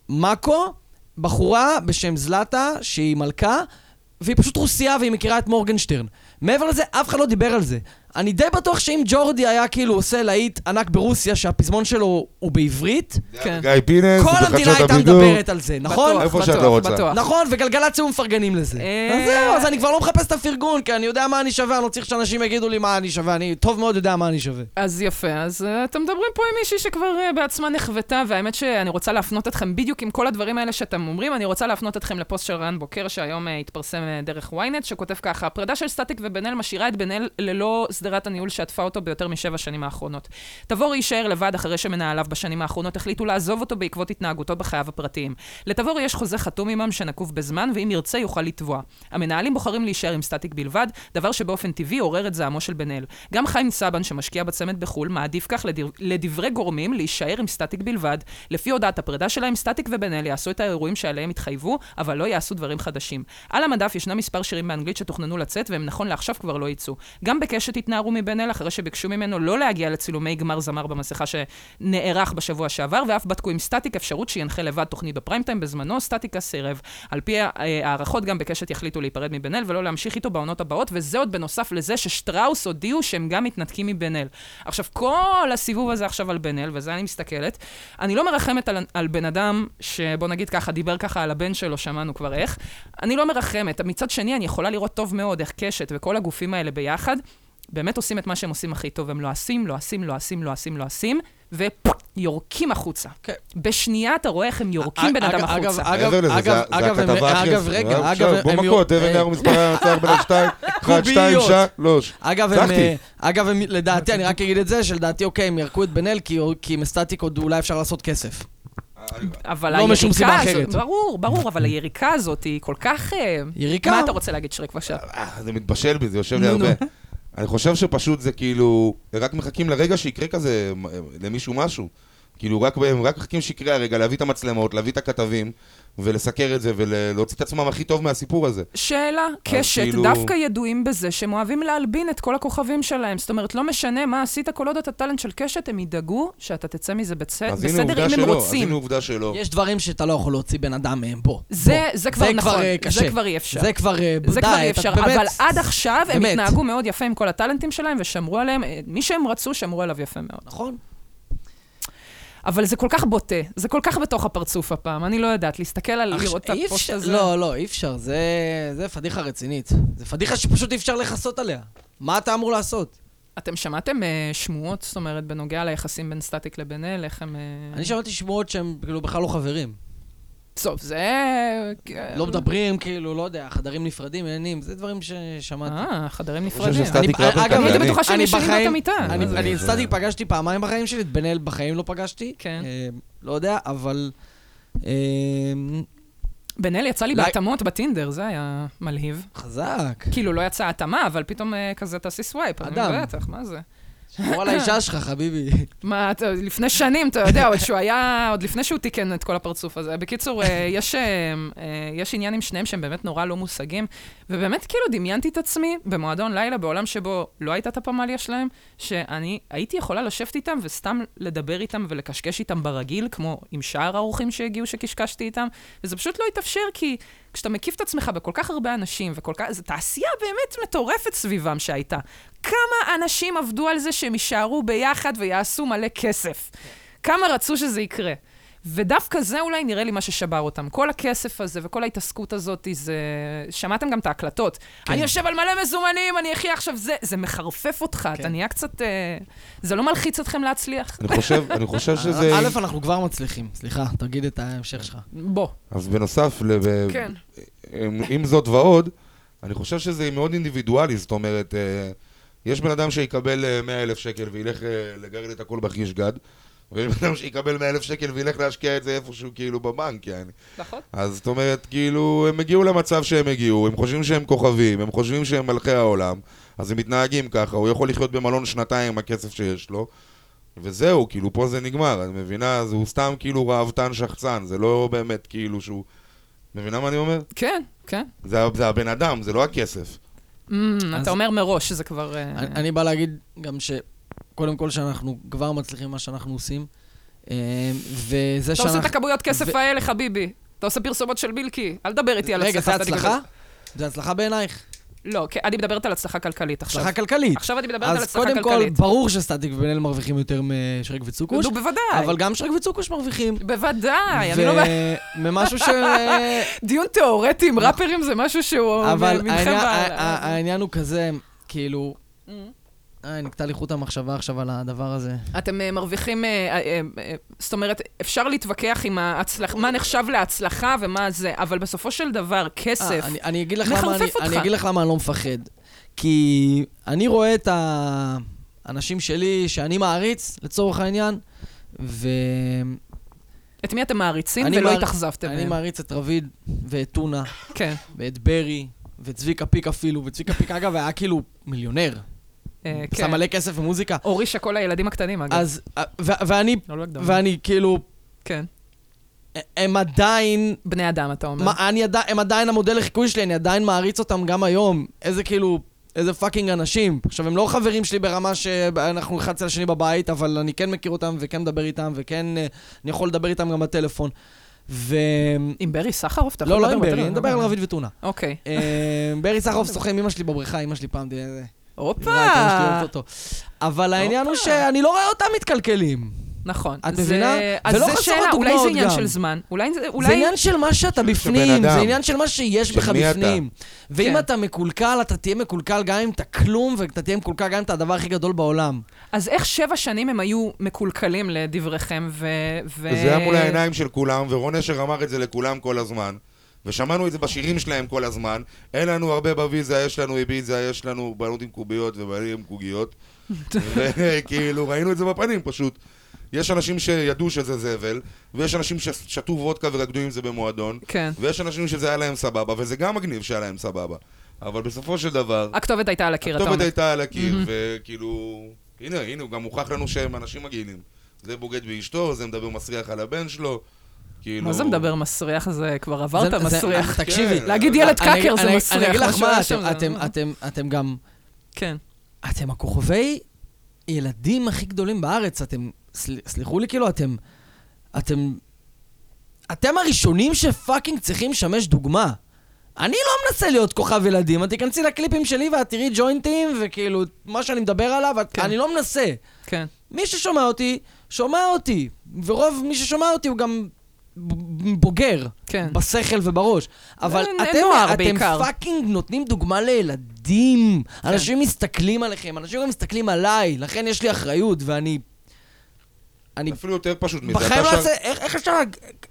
S7: מאקו, בחורה בשם זלאטה, שהיא מלכה, והיא פשוט רוסייה והיא מכירה את מורגנשטרן. מעבר לזה, אף אחד לא דיבר על זה. אני די בטוח שאם ג'ורדי היה כאילו עושה להיט ענק ברוסיה, שהפזמון שלו הוא בעברית,
S5: כן.
S6: גיא פינס,
S7: כל
S6: בחדשות
S7: המדינה הייתה
S6: הבידור.
S7: מדברת על זה, נכון?
S5: בטוח,
S6: איפה שאת
S5: בטוח,
S6: לא רוצה.
S5: בטוח.
S7: נכון, וגלגלצ היו מפרגנים לזה.
S5: אה.
S7: אז זהו, אז אני כבר לא מחפש את הפרגון, כי אני יודע מה אני שווה, אני לא צריך שאנשים יגידו לי מה אני שווה, אני טוב מאוד יודע מה אני שווה.
S5: אז יפה, אז אה, אתם מדברים פה עם מישהי שכבר אה, בעצמה נחוותה, והאמת שאני רוצה להפנות אתכם בדיוק עם כל הדברים האלה שאתם אומרים, אני רוצה להפנות אתכם לפוסט של רן בוקר, שהיום אה, התפרסם אה, דרך ynet, שכותב ככה, הפרידה של סטטיק ובן אל משאירה את בן אל ללא שדרת הניהול שעטפה אותו ביותר משבע שנים האחרונות. תבורי יישאר לבד אחרי שמנהליו בשנים האחרונות החליטו לעזוב אותו בעקבות התנהגותו בחייו הפרטיים. לתבורי יש חוזה חתום עמם שנקוב בזמן, ואם ירצה יוכל לתבוע. המנהלים בוחרים להישאר עם סטטיק בלבד, דבר שבאופן טבעי עורר את זעמו של בן אל. גם חיים סבן, שמשקיע בצמד בחו"ל, מעדיף כך לדיר... לדברי גורמים להישאר עם סטטיק בלבד. לפי הודעת הפרידה שלהם, סטטיק ובן אל יעשו את האירועים שעליהם התחייבו, אבל לא יעשו דברים חדשים. על המדף ישנם מספר שירים באנגלית שתוכננו לצאת, והם נכון לעכשיו כבר לא יצאו. גם בקשת התנערו מבן אל אחרי שביקשו ממנו לא להגיע לצילומי גמר זמר במסכה שנערך בשבוע שעבר, ואף בדקו עם סטטיק אפשרות שינחה לבד תוכנית בפריים טיים בזמנו, סטטיקה סירב. על פי אה, הערכות, גם בקשת יחליטו להיפרד מבן אל ולא להמשיך איתו בעונות הבאות, וזה עוד בנוסף לזה ששטראוס הודיעו שהם גם מתנתקים מבן אל. עכשיו, כל הסיבוב הזה עכשיו על בן אל, וזה אני מסתכלת, אני לא מרחמת על, על בן אדם שבוא נגיד ככה, דיבר ככה על הבן שלו, שמענו כבר איך. אני לא מרחמת. מצד שני, אני יכולה לראות טוב מאוד איך קשת וכל הגופים האלה ביחד, באמת עושים את מה שהם עושים הכי טוב. הם לועסים, לועסים, לועסים, לועסים, לועסים, ויורקים החוצה.
S7: כן. אה,
S5: בשנייה אתה רואה איך הם יורקים בן אדם
S7: אגב- אגב-
S5: החוצה.
S7: אגב,
S6: מעבר לזה,
S7: אגב,
S6: זה- זה
S7: אגב, הם-
S6: הכתבה הכי
S7: אגב,
S6: עשירה.
S7: רגע,
S6: עכשיו,
S7: אגב, הם
S6: בוא
S7: יור-
S6: מכות, אבן
S7: אה,
S6: יער מספר הנצח בין השתיים, אחת, שתיים,
S7: קוביות.
S6: שלוש.
S7: אגב, הם,
S6: צחקתי.
S7: אה, אגב, הם, לדעתי, אני רק אגיד את זה, שלדעתי, אוקיי, הם ירקו את בן אל, כי, כי עם סטטיק עוד אולי אפשר לעשות כסף.
S5: אבל
S7: לא משום סיבה
S5: הזאת-
S7: אחרת.
S5: ברור, ברור, אבל היריקה הזאת היא כל כך... אה,
S7: יריקה?
S5: מה אתה רוצה להגיד, שרק, בבקשה?
S6: אה, זה מתבשל בי, זה יושב לי
S5: נו, נו.
S6: הרבה. אני חושב שפשוט זה כאילו, רק מחכים לרגע שיקרה כזה אה, למישהו משהו. כאילו, רק, הם רק מחכים שיקרה הרגע, להביא את המצלמות, להביא את הכתבים, ולסקר את זה, ולהוציא את עצמם הכי טוב מהסיפור הזה.
S7: אה,
S5: שאלה, קשת,
S6: כאילו-
S5: דווקא ידועים בזה שהם אוהבים להלבין את כל הכוכבים שלהם. זאת אומרת, לא משנה מה עשית, כל עוד אתה טאלנט של קשת, הם ידאגו שאתה תצא מזה בצ...
S6: אז הנה
S5: אה, בסדר
S6: עובדה
S5: אם הם
S6: שלא, אז
S5: רוצים.
S6: הנה עובדה שלא.
S7: יש דברים שאתה לא יכול להוציא בן אדם מהם, בוא.
S5: זה-
S7: בוא.
S5: זה כבר נכון,
S7: אה,
S5: זה
S7: קשה.
S5: כבר אי אפשר.
S7: זה כבר, אה,
S5: זה
S7: די,
S5: כבר אי
S7: אתה
S5: אפשר,
S7: באמת-
S5: אבל עד עכשיו הם
S7: באמת.
S5: התנהגו מאוד יפה עם כל הטאלנטים שלהם ושמרו עליהם, אה, מי שהם רצו, שמרו עליו יפה מאוד.
S7: נכון.
S5: אבל זה כל כך בוטה, זה כל כך בתוך הפרצוף הפעם, אני לא יודעת, להסתכל על,
S7: עכשיו,
S5: לראות את
S7: אי
S5: הפוסט
S7: אפשר-
S5: הזה.
S7: לא, לא, אי אפשר, זה, זה פדיחה רצינית. זה פדיחה שפשוט אי אפשר לכסות עליה. מה אתה אמור לעשות?
S5: אתם שמעתם אה, שמועות, זאת אומרת, בנוגע ליחסים בין סטטיק לבין אל, איך הם... אה,
S7: אני שמעתי שמועות שהם כאילו בכלל לא חברים.
S5: טוב, זה... כן. אה,
S7: לא מדברים, כאילו, לא יודע, חדרים נפרדים, עניינים, זה דברים ששמעתי.
S5: אה, חדרים
S6: חושב
S5: נפרדים.
S6: שסטטיק-
S7: אני-
S6: רבין
S7: אגב,
S6: קנדני.
S5: הייתי בטוחה שהם
S7: אני
S5: ישנים
S7: בחיים-
S5: באותה מיטה.
S7: אני-
S6: זה-
S7: אני את
S6: זה-
S7: סטטיק פגשתי פעמיים בחיים שלי, את בן אל בחיים לא פגשתי.
S5: כן.
S7: אה, לא יודע, אבל... אה,
S5: בן אל יצא לי
S7: לא-
S5: בהתאמות בטינדר, זה היה מלהיב.
S7: חזק.
S5: כאילו, לא יצאה התאמה, אבל פתאום אה, כזה תעשי סווייפ. אדם.
S7: אדם.
S5: בטח, מה זה?
S7: שמור על האישה שלך, חביבי.
S5: מה, אתה- לפני שנים, אתה יודע, עוד שהוא היה, עוד לפני שהוא תיקן את כל הפרצוף הזה. בקיצור, אה, יש, אה, אה, יש עניין עם שניהם שהם באמת נורא לא מושגים, ובאמת כאילו דמיינתי את עצמי במועדון לילה, בעולם שבו לא הייתה את הפמליה שלהם, שאני הייתי יכולה לשבת איתם וסתם לדבר איתם ולקשקש איתם ברגיל, כמו עם שאר האורחים שהגיעו שקשקשתי איתם, וזה פשוט לא התאפשר, כי כשאתה מקיף את עצמך בכל כך הרבה אנשים, וכל כך, זו תעשייה באמת מטורפת סביבם שהייתה. כמה אנשים עבדו על זה שהם יישארו ביחד ויעשו מלא כסף. כמה רצו שזה יקרה. ודווקא זה אולי נראה לי מה ששבר אותם. כל הכסף הזה וכל ההתעסקות הזאת, זה... שמעתם גם את ההקלטות. כן. אני יושב על מלא מזומנים, אני אחיה עכשיו זה. זה מחרפף אותך, כן. אתה נהיה קצת... אה... זה לא מלחיץ אתכם להצליח?
S6: אני חושב, אני
S5: אה,
S6: חושב שזה...
S7: א', אנחנו כבר מצליחים. סליחה, תגיד את ההמשך שלך.
S5: בוא.
S6: אז בנוסף, ל-
S5: כן.
S6: עם- עם זאת ועוד, אני חושב שזה מאוד אינדיבידואלי, זאת אומרת, אה, יש בן אדם שיקבל אה, 100 אלף שקל וילך אה, לגרד את הכל בחיש גד, ויש בן אדם שיקבל 100 אלף שקל וילך להשקיע את זה איפשהו כאילו בבנק, יעני.
S5: נכון.
S6: אז זאת אומרת, כאילו, הם הגיעו למצב שהם הגיעו, הם חושבים שהם כוכבים, הם חושבים שהם מלכי העולם, אז הם מתנהגים ככה, הוא יכול לחיות במלון שנתיים עם הכסף שיש לו, וזהו, כאילו, פה זה נגמר, את מבינה? אז הוא סתם כאילו ראוותן שחצן, זה לא באמת כאילו שהוא... מבינה מה אני אומר?
S5: כן, כן.
S6: זה, ה- זה הבן אדם, זה לא הכסף.
S5: Mm, אתה אומר מראש שזה כבר... אה,
S7: אני אני בא להגיד גם ש... קודם כל שאנחנו כבר מצליחים במה שאנחנו עושים. אה, וזה
S5: אתה
S7: שאנחנו...
S5: עושה את הכמויות כסף
S7: ו-
S5: האלה, חביבי. אתה עושה פרסומות של מילקי. אל תדבר איתי על
S7: רגע,
S5: הצלחה.
S7: זה
S5: אתה תגיד-
S7: הצלחה? זה הצלחה בעינייך?
S5: לא, כי- אני מדברת על הצלחה כלכלית עכשיו.
S7: הצלחה כלכלית.
S5: עכשיו אני מדברת על
S7: אז
S5: הצלחה
S7: קודם כל,
S5: כלכלית.
S7: ברור שסטטיק ובן אל מרוויחים יותר משרק וצוקוש,
S5: נו, בוודאי.
S7: אבל גם שרק וצוקוש מרוויחים.
S5: בוודאי, אני לא...
S7: וממשהו ש...
S5: [laughs] דיון תיאורטי עם ראפרים זה משהו שהוא
S7: אבל אה,
S5: מ-
S7: העניין-
S5: מכם
S7: ה- ה-
S5: והלאה.
S7: העניין הוא כזה, כאילו...
S5: Mm.
S7: אה, נקטע לי חוט המחשבה עכשיו על הדבר הזה.
S5: אתם אה, מרוויחים, אה, אה, אה, אה, זאת אומרת, אפשר להתווכח עם ההצלח- מה נחשב להצלחה ומה זה, אבל בסופו של דבר,
S7: אה,
S5: כסף,
S7: אני- אני אגיד לך למה
S5: מחרפף
S7: אני-
S5: אותך.
S7: אני אגיד לך למה אני לא מפחד. כי אני רואה את האנשים שלי שאני מעריץ, לצורך העניין, ואני
S5: את מי אתם מעריצים
S7: אני
S5: ולא
S7: מער-
S5: התאכזבתם מהם.
S7: מעריץ את רביד ואת טונה
S5: כן.
S7: ואת ברי וצביקה פיק אפילו, וצביקה פיק אגב היה כאילו מיליונר,
S5: אה,
S7: שם
S5: כן.
S7: מלא כסף ומוזיקה.
S5: הורישה כל הילדים הקטנים, אגב.
S7: אז, אה, ו- ואני,
S5: לא, לא הגדרנו.
S7: ואני כאילו,
S5: כן.
S7: הם עדיין
S5: בני אדם, אתה אומר.
S7: מה, אני עדי, הם עדיין המודל לחיקוי שלי, אני עדיין מעריץ אותם גם היום. איזה כאילו, איזה פאקינג אנשים. עכשיו, הם לא חברים שלי ברמה שאנחנו אחד אצל השני בבית, אבל אני כן מכיר אותם וכן מדבר איתם, וכן, אה, אני יכול לדבר איתם גם בטלפון. ו...
S5: עם ברי סחרוף? אתה יכול
S7: לא, לא
S5: לדבר
S7: עם
S5: בטלפון? נכון.
S7: ברי, אני מדבר על רביד
S5: [laughs]
S7: וטונה.
S5: אוקיי.
S7: אה, ברי סחרוף שוחה עם אמא שלי בבריכה, אמא שלי פעם די- זה, אמרה את אמא שלי
S5: הופה!
S7: אוהבת אותו. אבל העניין הוא שאני לא רואה אותם מתקלקלים.
S5: נכון.
S7: את
S5: זה-
S7: מבינה?
S5: אז
S7: ולא
S5: זה
S7: חסרות
S5: שאלה, אולי זה
S7: דוגמאות
S5: עניין
S7: גם.
S5: של זמן. אולי זה...
S7: זה
S5: אולי...
S7: עניין של מה שאתה בפנים,
S6: אדם.
S7: זה עניין של מה שיש
S6: של
S7: בך
S6: מי אתה.
S7: בפנים. ואם
S5: כן.
S7: אתה מקולקל, אתה תהיה מקולקל גם אם אתה כלום, ואתה תהיה מקולקל גם אם אתה הדבר הכי גדול בעולם.
S5: אז איך שבע שנים הם היו מקולקלים לדבריכם, ו... ו-
S6: זה היה מול העיניים של כולם, ורון אשר אמר את זה לכולם כל הזמן. ושמענו את זה בשירים שלהם כל הזמן. אין לנו הרבה בוויזה, יש לנו איביזה, יש לנו בנות עם קוביות ובנים עם קוגיות. וכאילו, ראינו את זה בפנים פשוט. יש אנשים שידעו שזה זבל, ויש אנשים ששתו וודקה ורקדו עם זה במועדון,
S5: כן.
S6: ויש אנשים שזה היה להם סבבה, וזה גם מגניב שהיה להם סבבה. אבל בסופו של דבר,
S5: הכתובת הייתה על הקיר, אתה
S6: הכתובת
S5: אומר.
S6: הייתה על הקיר, וכאילו... הנה, הנה, הוא גם הוכח לנו שהם אנשים מגעילים. זה בוגד באשתו, זה מדבר מסריח על הבן שלו, כאילו...
S5: מה זה מדבר מסריח? זה כבר עברת
S7: לא. זה- זה-
S5: מסריח.
S7: אה, תקשיבי.
S6: כן.
S5: להגיד ילד
S7: אני-
S5: קקר
S7: אני-
S5: זה מסריח.
S7: אני אגיד לך
S5: משהו היה
S7: מה,
S5: שם,
S7: אתם-
S5: זה- לא-
S7: אתם- אתם- אתם גם...
S5: כן.
S7: אתם הכוכבי ילדים הכי גדולים בארץ. אתם... סל- סלחו לי, כאילו, אתם... אתם... אתם הראשונים שפאקינג צריכים לשמש דוגמה. אני לא מנסה להיות כוכב ילדים, את תיכנסי לקליפים שלי ואת תראי ג'וינטים וכאילו מה שאני מדבר עליו, את-
S5: כן.
S7: אני לא מנסה.
S5: כן.
S7: מי ששומע אותי, שומע אותי. ורוב מי ששומע אותי הוא גם ב- בוגר.
S5: כן.
S7: בשכל ובראש. אבל
S5: נ-
S7: אתם,
S5: נוער
S7: אתם
S5: בעיקר. כן.
S7: פאקינג נותנים דוגמה לילדים. אנשים מסתכלים עליכם, אנשים גם מסתכלים עליי, לכן יש לי אחריות, ואני... אני
S6: אפילו יותר פשוט מזה.
S7: בחיים
S6: אתה כן,
S7: לא
S6: עכשיו-
S7: אעשה... איך איך אפשר...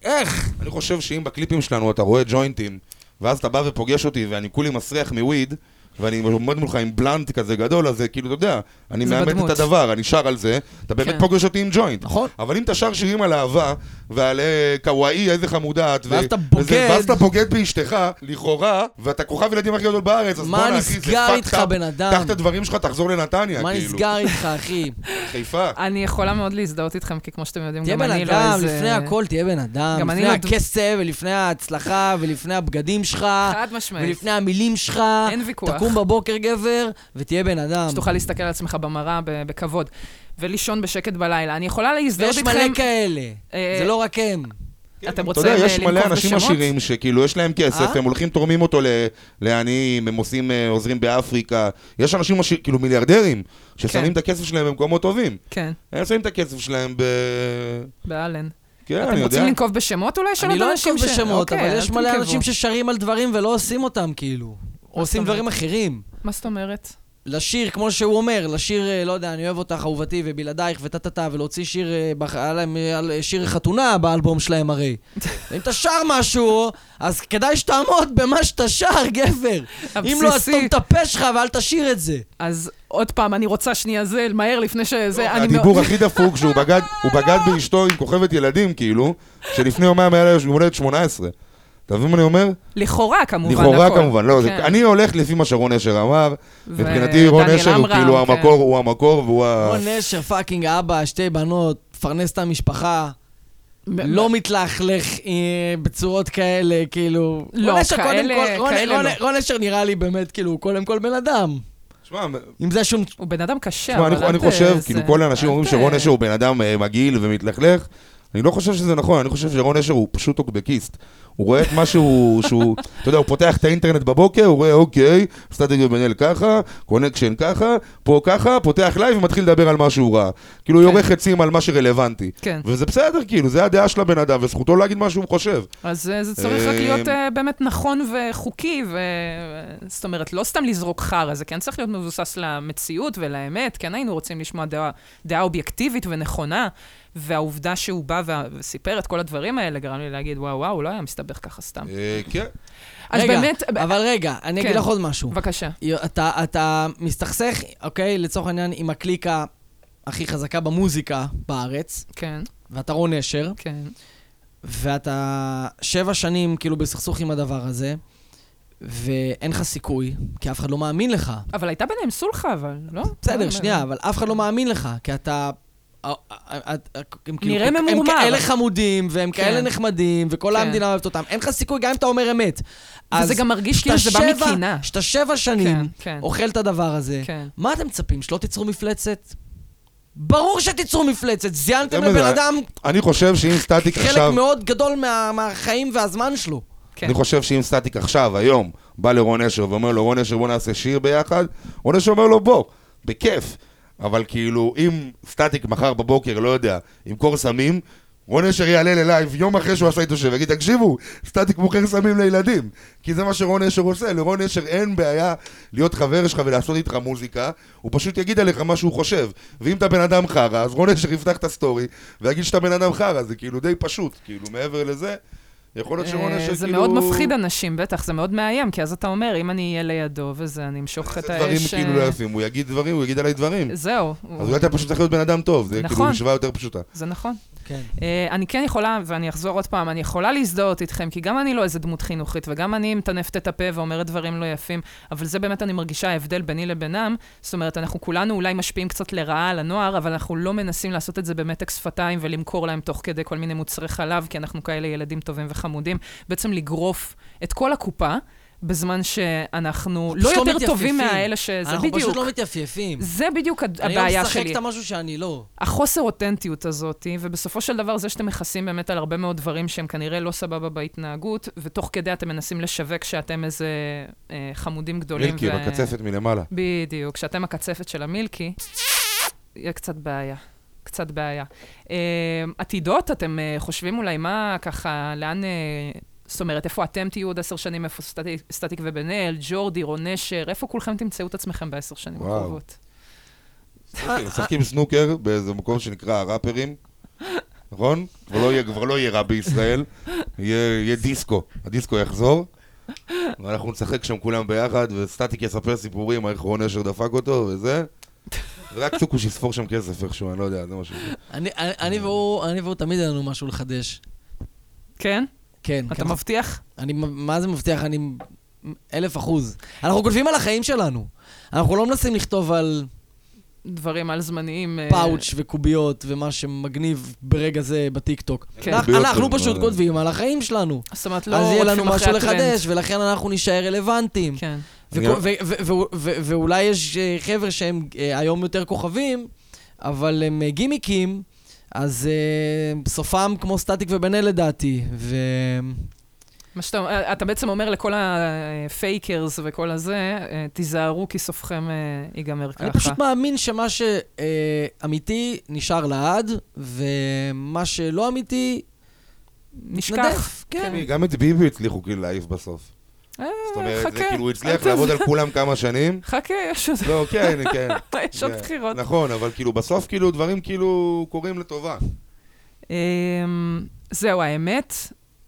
S7: איך?
S6: אני חושב שאם בקליפים שלנו אתה רואה ג'וינטים, ואז אתה בא ופוגש אותי, ואני כולי מסריח מוויד, ואני עומד מולך עם בלנט כזה גדול, אז זה כאילו, אתה יודע, אני
S5: זה
S6: מאמת
S5: בדמות.
S6: את הדבר, אני שר על זה, אתה באמת
S5: כן.
S6: פוגש אותי עם ג'וינט.
S7: נכון.
S6: אבל אם אתה שר שירים על אהבה, ועל אה, קוואי, איזה חמודה את, ו-
S7: ואז אתה
S6: וזה-
S7: בוגד.
S6: ואז אתה בוגד באשתך, לכאורה, ואתה כוכב ילדים הכי גדול בארץ, אז
S7: מה
S6: בואנה, אחי,
S7: נסגר
S6: זה fucked
S7: איתך,
S6: up.
S7: בן אדם?
S6: קח את הדברים שלך, תחזור לנתניה,
S7: מה
S6: כאילו.
S7: נסגר איתך,
S5: [laughs]
S7: אחי?
S6: חיפה.
S5: אני יכולה מאוד להזדהות איתכם, כי כמו שאתם יודעים,
S7: תהיה
S5: גם
S7: בן
S5: אני לא
S7: אדם,
S5: איזה...
S7: לפני הכל תהיה בן אדם.
S5: גם אני
S7: לפני
S5: לא-
S7: הכסף, ולפני ההצלחה, ולפני הבגדים שלך.
S5: חד משמעית.
S7: ולפני המילים שלך,
S5: אין ויכוח.
S7: תקום בבוקר גבר ותהיה בן אדם.
S6: אמ.
S5: שתוכל להסתכל על עצמך במראה ב- בכבוד, ולישון בשקט בלילה. אני יכולה להזדהות
S7: ויש
S5: איתכם...
S7: מלא כאלה,
S5: אה,
S7: זה לא רק הם.
S5: אתם
S6: אתה
S5: רוצים
S6: יודע,
S5: אה,
S6: יש מלא
S5: לנקוב
S6: אנשים
S5: בשמות?
S6: עשירים שכאילו יש להם כסף,
S7: אה?
S6: הם הולכים, תורמים אותו ל- לעניים, הם עושים, אה, עוזרים באפריקה. יש אנשים עשירים, כאילו מיליארדרים,
S5: כן.
S6: ששמים את הכסף שלהם במקומות טובים.
S5: כן,
S6: הם שמים את הכסף שלהם ב...
S5: באלן.
S6: כן,
S5: אתם
S6: אני
S5: רוצים
S6: יודע.
S5: לנקוב בשמות אולי של
S7: אני
S5: אותם
S7: לא
S5: אנשים
S7: אנקוב
S5: ש-
S7: בשמות,
S5: אוקיי,
S7: אבל
S5: אל
S7: יש מלא
S5: תנקבו.
S7: אנשים ששרים על דברים ולא עושים אותם, כאילו. או עושים
S5: אומרת?
S7: דברים אחרים.
S5: מה זאת אומרת?
S7: לשיר, כמו שהוא אומר, לשיר, אה, לא יודע, אני אוהב אותך, אהובתי, ובלעדייך, וטה טה טה, ולהוציא שיר, אה, בח- היה להם, אה, על- אה, שיר חתונה באלבום שלהם
S5: [laughs]
S7: הרי. אם אתה שר משהו, אז כדאי שתעמוד במה שאתה שר,
S5: [laughs]
S7: גבר. אם לא, אז
S5: הבסיסי.
S7: תום את הפה שלך ואל תשיר את זה.
S5: אז עוד פעם, אני רוצה שנייה זה, מהר לפני שזה... אני
S6: לא, הדיבור
S5: מאוד-
S6: הכי דפוק, שהוא בגד, הוא בגד באשתו עם כוכבת ילדים, כאילו, שלפני יומיים היה לה יום הולדת 18. אתה מבין מה אני אומר?
S5: לכאורה, כמובן,
S6: לכאורה
S5: הכל.
S6: כמובן, לא, זה-
S5: כן.
S6: אני הולך לפי מה שרון אשר אמר,
S5: ו-
S6: מבחינתי רון
S5: דניאל
S6: אשר הוא
S5: עמרם,
S6: כאילו
S5: כן.
S6: המקור, הוא המקור והוא ה...
S7: רון נשר, פאקינג אבא, שתי בנות, מפרנס את המשפחה. לא מתלכלך אה, בצורות כאלה, כאילו...
S5: לא,
S7: רון אשר קודם
S5: כאלה-
S7: כל- רון-
S5: כאלה
S7: רון-
S5: לא.
S7: רון אשר נראה לי באמת, כאילו, הוא קודם כל בן אדם.
S6: שמע,
S7: עם זה שום...
S5: הוא בן אדם קשה,
S6: תשמע,
S5: כן, אבל...
S6: אני- אני
S5: אל ת-
S6: חושב,
S5: זה-
S6: כאילו, כל האנשים
S5: אל
S6: אומרים
S5: ת-
S6: שרון אשר הוא אה, בן אדם אה, מגעיל ומתלכלך, אני לא חושב שזה נכון, אני חושב שרון אשר הוא פשוט טוקבקיסט. הוא רואה את מה שהוא, [laughs] שהוא, אתה יודע, הוא פותח את האינטרנט בבוקר, הוא רואה, אוקיי, סטטיקה בנאל ככה, קונקשן ככה, פה ככה, פותח לייב ומתחיל לדבר על מה שהוא ראה. כאילו, הוא יורה חצים על מה שרלוונטי.
S5: כן.
S6: וזה בסדר, כאילו, זה הדעה של הבן אדם, וזכותו להגיד מה שהוא חושב.
S5: אז אה, זה צריך רק
S6: אה,
S5: להיות
S7: אמ,
S5: אה, באמת נכון וחוקי, ו... זאת אומרת, לא סתם לזרוק חרא, זה כן צריך להיות מבוסס למציאות ולאמת, כן היינו רוצים לשמוע דעה, דעה אובייקטיבית ונכונה, והעובדה שהוא בא וה- וסיפר את כל הדברים האלה גרם לי להגיד, וואו, וואו, הוא לא היה מסתבך ככה סתם.
S6: אה, כן.
S5: אז
S7: רגע, אה,
S5: באמת,
S7: אבל רגע, אני אגיד
S5: כן.
S7: לך עוד משהו.
S5: בבקשה.
S7: אתה, אתה מסתכסך, אוקיי, לצורך העניין, עם הקליקה הכי חזקה במוזיקה בארץ,
S5: כן,
S7: ואתה רון נשר,
S5: כן.
S7: ואתה שבע שנים כאילו בסכסוך עם הדבר הזה, ואין לך סיכוי, כי אף אחד לא מאמין לך.
S5: אבל הייתה ביניהם סולחה, אבל, לא?
S7: בסדר,
S5: לא,
S7: שנייה,
S5: לא.
S7: אבל אף אחד לא מאמין לך, כי אתה... אה, אה, אה, הם כאילו-
S5: נראה ממורמר.
S7: הם כאלה חמודים, והם
S5: כן.
S7: כאלה נחמדים, וכל
S5: כן.
S7: המדינה אוהבת אותם. אין לך סיכוי גם אם אתה אומר אמת.
S5: וזה
S7: אז
S5: גם מרגיש כאילו
S7: שאתה
S5: זה בא
S7: שבע-
S5: מקינה.
S7: שאתה שבע
S5: כן,
S7: שנים אוקיי.
S5: כן,
S7: אוכל את הדבר הזה,
S5: כן.
S7: מה אתם מצפים, שלא תיצרו מפלצת? ברור שתיצרו מפלצת, זיינתם
S6: גם
S7: לבן
S6: זה-
S7: אדם
S6: אני חושב שאם סטטיק
S7: חלק
S6: עכשיו...
S7: מאוד גדול מה- מהחיים והזמן שלו.
S5: כן.
S6: אני חושב שאם סטטיק עכשיו, היום, בא לרון אשר ואומר לו, רון אשר, בוא נעשה שיר ביחד, רון אשר אומר לו, בוא, בכיף. אבל כאילו, אם סטטיק מחר בבוקר, לא יודע, ימכור סמים, רון אשר יעלה ללייב יום אחרי שהוא עשה איתו שיר, ויגיד, תקשיבו, סטטיק מוכר סמים לילדים. כי זה מה שרון אשר עושה, לרון אשר אין בעיה להיות חבר שלך ולעשות איתך מוזיקה, הוא פשוט יגיד עליך מה שהוא חושב. ואם אתה בן אדם חרא, אז רון אשר יפתח את הסטורי, ויגיד שאתה בן אדם חרא, זה כאילו די פשוט, כאילו, מעבר לזה... יכול להיות שרון
S5: אה,
S6: אשר כאילו...
S5: זה מאוד מפחיד אנשים, בטח, זה מאוד מאיים, כי אז אתה אומר, אם אני אהיה לידו וזה, אני אמשוך את
S6: איזה
S5: האש...
S6: דברים
S5: אה,
S6: כאילו לא יפים, הוא יגיד דברים, הוא יגיד עליי דברים.
S5: זהו,
S6: אז אולי אתה פשוט צריך להיות בן אדם טוב, זה כאילו
S5: נכון.
S6: משוואה יותר פשוטה.
S5: זה נכון.
S7: כן.
S5: אה, אני כן יכולה, ואני אחזור עוד פעם, אני יכולה להזדהות איתכם, כי גם אני לא איזה דמות חינוכית, וגם אני מטנפת את הפה ואומרת דברים לא יפים, אבל זה באמת, אני מרגישה ההבדל ביני לבינם. זאת אומרת, אנחנו כולנו אולי משפיעים קצת לרעה על הנוער, אבל אנחנו לא מנסים לעשות את זה במתק שפתיים ולמכור להם תוך כדי כל מיני מוצרי חלב, כי אנחנו כאלה ילדים טובים וחמודים. בעצם לגרוף את כל הקופה. בזמן שאנחנו לא
S7: פשוט
S5: יותר טובים
S7: מתייפייפים.
S5: מהאלה שזה,
S7: אנחנו
S5: בדיוק.
S7: פשוט לא מתייפייפים.
S5: זה בדיוק הד-
S7: אני לא
S5: הבעיה
S7: משחק
S5: שלי.
S7: את המשהו שאני לא.
S5: החוסר אותנטיות הזאת, ובסופו של דבר זה שאתם מכסים באמת על הרבה מאוד דברים שהם כנראה לא סבבה בהתנהגות, ותוך כדי אתם מנסים לשווק שאתם איזה אה, חמודים גדולים.
S6: מילקי, בקצפת מלמעלה.
S5: בדיוק, שאתם הקצפת של המילקי, יהיה קצת בעיה. קצת בעיה. אה, עתידות, אתם אה, חושבים אולי מה ככה, לאן... אה, זאת אומרת, איפה אתם תהיו עוד עשר שנים, איפה סטטיק, סטטיק ובן אל, ג'ורדי, רון נשר, איפה כולכם תמצאו את עצמכם בעשר שנים
S6: וואו.
S5: הקרובות?
S6: אוקיי, משחקים סנוקר באיזה מקום שנקרא הראפרים, נכון? כבר לא יהיה- כבר לא יהיה ראפ בישראל, יהיה יהיה דיסקו, הדיסקו יחזור, ואנחנו נשחק שם כולם ביחד, וסטטיק יספר סיפורים, איך רון אשר דפק אותו וזה. רק צוקוש יספור שם כסף איכשהו, אני לא יודע, זה מה ש...
S7: אני- אני אני והוא אני והוא תמיד אין לנו משהו לחדש.
S5: כן?
S7: כן.
S5: אתה
S7: כן.
S5: מבטיח?
S7: אני, מה זה מבטיח? אני... אלף אחוז. אנחנו כותבים על החיים שלנו. אנחנו לא מנסים לכתוב על
S5: דברים על זמניים. אה,
S7: פאוץ' וקוביות ומה שמגניב ברגע זה בטיקטוק.
S5: כן.
S7: אנחנו-
S6: קוביות
S7: אנחנו
S6: זה
S7: פשוט
S6: לא-
S7: כותבים על החיים שלנו.
S5: זאת אומרת, לא
S7: אז יהיה לנו
S5: רודפים אחרי
S7: משהו
S5: הטרנד.
S7: לחדש, ולכן אנחנו נישאר רלוונטיים.
S5: כן,
S7: וכו- ו- ו- ו- ו- ואולי יש אה, חבר'ה שהם אה, היום יותר כוכבים, אבל הם אה, גימיקים, אז אה, סופם כמו סטטיק ובן אל לדעתי. ו-
S5: מה שאתה אומר, אתה בעצם אומר לכל הפייקרס וכל הזה, אה, תיזהרו כי סופכם אה, ייגמר ככה.
S7: אני פשוט מאמין שמה שאמיתי נשאר לעד, ומה שלא אמיתי
S5: נשכח.
S7: נדף. כן.
S6: תשמעי, גם את ביבי הצליחו כאילו להעיף בסוף.
S5: אה,
S6: זאת אומרת, זה
S5: חכה.
S6: כאילו הוא
S5: אל
S6: הצליח
S5: תעז-
S6: לעבוד על כולם כמה שנים.
S5: [laughs] חכה, יש עוד-
S6: לא, כן, כן.
S5: יש עוד
S6: כן.
S5: בחירות.
S6: נכון, אבל כאילו בסוף כאילו דברים כאילו קורים לטובה.
S5: אמ, זהו, האמת,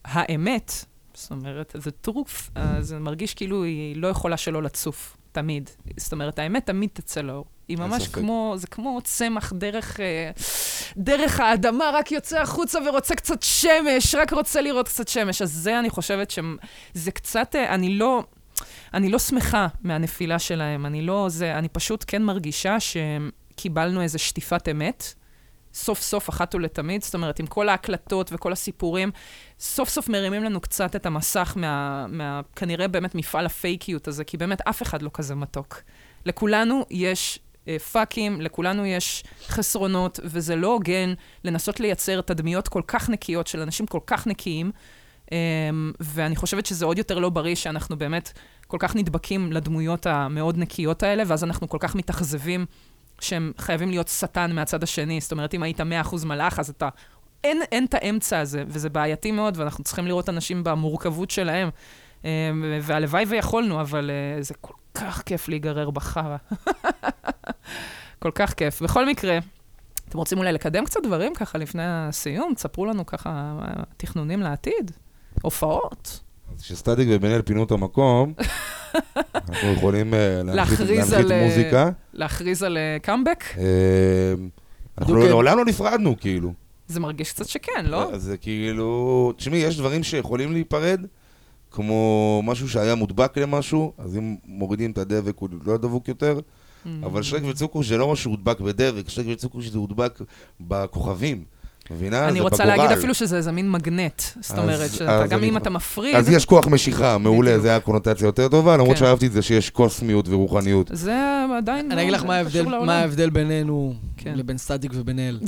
S5: האמת, זאת אומרת, the truth, אה, זה מרגיש כאילו היא לא יכולה שלא לצוף, תמיד. זאת אומרת, האמת תמיד תצא לאור. היא
S6: אין
S5: ממש
S6: ספק.
S5: כמו, זה כמו צמח דרך, אה, דרך האדמה, רק יוצא החוצה ורוצה קצת שמש, רק רוצה לראות קצת שמש. אז זה, אני חושבת שזה קצת, אה, אני לא, אני לא שמחה מהנפילה שלהם, אני לא, זה, אני פשוט כן מרגישה שקיבלנו איזו שטיפת אמת. סוף סוף, אחת ולתמיד, זאת אומרת, עם כל ההקלטות וכל הסיפורים, סוף סוף מרימים לנו קצת את המסך מה, מה... כנראה באמת מפעל הפייקיות הזה, כי באמת אף אחד לא כזה מתוק. לכולנו יש אה, פאקים, לכולנו יש חסרונות, וזה לא הוגן לנסות לייצר תדמיות כל כך נקיות של אנשים כל כך נקיים. Uh, אמ, ואני חושבת שזה עוד יותר לא בריא שאנחנו באמת כל כך נדבקים לדמויות המאוד נקיות האלה, ואז אנחנו כל כך מתאכזבים שהם חייבים להיות שטן מהצד השני. זאת אומרת, אם היית 100% מלאך, אז אתה... אין, אין את האמצע הזה, וזה בעייתי מאוד, ואנחנו צריכים לראות אנשים במורכבות שלהם. אמ, והלוואי ויכולנו, אבל אה, זה כל כך כיף להיגרר בחרא. [laughs] כל כך כיף. בכל מקרה, אתם רוצים אולי לקדם קצת דברים ככה לפני הסיום? תספרו לנו ככה אה, תכנונים לעתיד, הופעות.
S6: אז כשסטטיק ובן-אל פינו
S5: [laughs]
S6: את המקום, אנחנו יכולים אה, להנחית
S5: להכריז
S6: להנחית
S5: על, אה,
S6: מוזיקה.
S5: להכריז על אה, קאמבק?
S6: אה, אנחנו
S7: דוקא.
S6: לעולם לא נפרדנו, כאילו.
S5: זה מרגיש קצת שכן, לא?
S6: אז זה כאילו... תשמעי, יש דברים שיכולים להיפרד, כמו משהו שהיה מודבק למשהו, אז אם מורידים את הדבק הוא לא דבוק יותר,
S5: Mm.
S6: אבל שרק וצוקו זה לא משהו שהודבק בדבק, שרק וצוקו שזה הודבק בכוכבים. מבינה?
S5: אני
S6: אה, זה
S5: רוצה
S6: בגורל.
S5: להגיד אפילו שזה איזה מין מגנט. זאת
S6: אז-
S5: אומרת, שאתה-
S6: אז
S5: גם
S6: אני-
S5: אם אתה מפריד,
S6: אז יש כוח משיכה, מעולה,
S5: בדיוק.
S6: זה היה קונוטציה יותר טובה, למרות
S5: כן.
S6: שאהבתי את זה שיש קוסמיות ורוחניות.
S5: זה עדיין...
S7: אני אגיד
S5: לא-
S7: לך
S5: זה
S7: מה
S5: קשור
S7: ההבדל,
S5: לעולם.
S7: מה ההבדל בינינו
S5: כן.
S7: לבין סטטיק ובין
S5: [laughs]
S7: אל.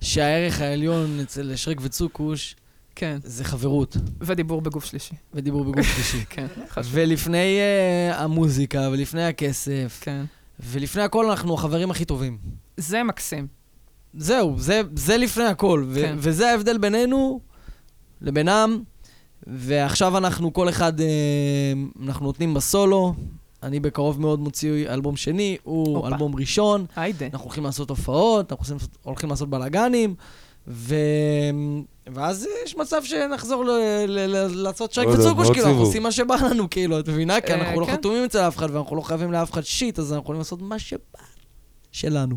S7: שהערך העליון אצל שרק וצוקוש
S5: כן,
S7: זה חברות
S5: ודיבור בגוף שלישי.
S7: ודיבור בגוף שלישי.
S5: כן, [laughs] חשוב.
S7: ולפני אה, המוזיקה ולפני הכסף
S5: כן.
S7: ולפני הכל אנחנו החברים הכי טובים.
S5: זה מקסים.
S7: זהו, זה, זה לפני הכל, ו-
S5: כן.
S7: וזה ההבדל בינינו לבינם, ועכשיו אנחנו כל אחד, אה, אנחנו נותנים בסולו, אני בקרוב מאוד מוציא אלבום שני, הוא
S5: הופה.
S7: אלבום ראשון,
S5: היידה.
S7: אנחנו הולכים לעשות הופעות, אנחנו עושים, הולכים לעשות בלאגנים, ו... ואז יש מצב שנחזור ל- ל- ל- לעשות שייק
S6: עוד-
S7: וצוקוש,
S6: עוד
S7: כאילו, אנחנו
S6: סיבוב.
S7: עושים מה שבא לנו, כאילו, את מבינה? כי
S5: אה,
S7: אנחנו לא
S5: כן.
S7: חתומים אצל אף אחד, ואנחנו לא חייבים לאף אחד שיט, אז אנחנו יכולים לעשות מה שבא שלנו.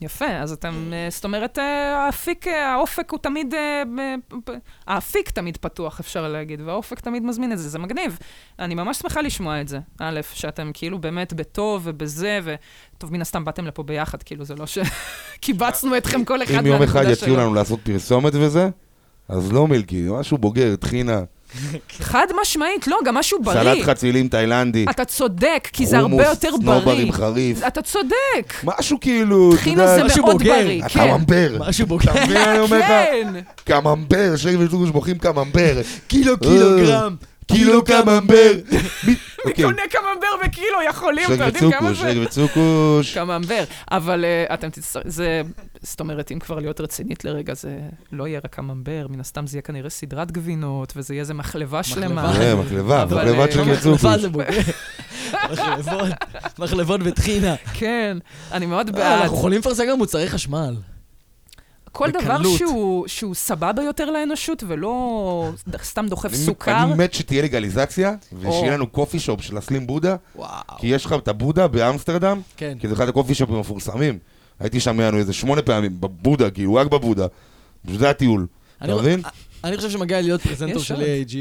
S5: יפה, אז אתם, אה, זאת אומרת, אה, האפיק, אה, האופק הוא תמיד, אה, אה, פ- האפיק תמיד פתוח, אפשר להגיד, והאופק תמיד מזמין את זה, זה מגניב. אני ממש שמחה לשמוע את זה, א', שאתם כאילו באמת בטוב ובזה, ו... טוב, מן הסתם באתם לפה ביחד, כאילו, זה לא [laughs] שקיבצנו אתכם כל אחד
S6: אם יום אחד
S5: מהנקודה
S6: יציעו
S5: שלו.
S6: לנו לעשות פרסומת וזה, אז לא מילקי, משהו בוגר, טחינה,
S5: חד משמעית, לא, גם משהו בריא.
S6: סלט חצילים תאילנדי,
S5: אתה צודק, כי זה הרבה
S6: חומוס,
S5: יותר בריא.
S6: סנוברים חריף,
S5: אתה צודק,
S6: משהו כאילו, אתה
S5: טחינה
S6: יודע,
S5: זה
S7: משהו
S5: מאוד
S7: בוגר.
S5: בריא, כן.
S6: הקממבר,
S7: משהו בוגר.
S6: אתה מבין מה אני אומר לך?
S5: כן.
S6: קממבר, שקל וזוגוש מוכרים קממבר,
S7: קילו,
S6: קילוגרם, קילו קממבר, מי- אוקיי,
S5: קונה קממבר בקילו, יכולים,
S6: שקל
S5: אתם יודעים כמה
S6: וצוקוש,
S5: זה?
S6: שקל וצוקוש,
S5: קממבר. אבל אה, אתם תצטרכו, זה, זאת אומרת, אם כבר להיות רצינית לרגע, זה לא יהיה רק קממבר, מן הסתם זה יהיה כנראה סדרת גבינות, וזה יהיה איזה מחלבה שלמה.
S6: אה, מחלבה,
S5: אבל,
S6: מחלבת
S5: אה,
S6: שקל
S7: מחלבה
S6: וצוקוש,
S7: זה בוגר. מחלבות, מחלבות וטחינה.
S5: כן, אני מאוד
S7: אה,
S5: [laughs] בעד.
S7: אנחנו יכולים לפרסם גם מוצרי חשמל.
S5: כל דבר
S7: בקלות.
S5: שהוא- שהוא סבבה יותר לאנושות, ולא סתם דוחף
S6: אני-
S5: סוכר.
S6: אני מת שתהיה לגליזציה, ושיהיה לנו קופי שופ של הסלים בודה,
S7: וואו.
S6: כי יש לך את הבודה באמסטרדם,
S7: כן.
S6: כי זה אחד הקופי שופים המפורסמים. הייתי שם יענו איזה שמונה פעמים, בבודה, כאילו, רק בבודה. בשביל זה הטיול.
S7: אני-
S6: אתה מבין?
S7: אני חושב שמגיע להיות פרזנטור
S5: יש
S7: של
S5: עוד.
S7: AIG.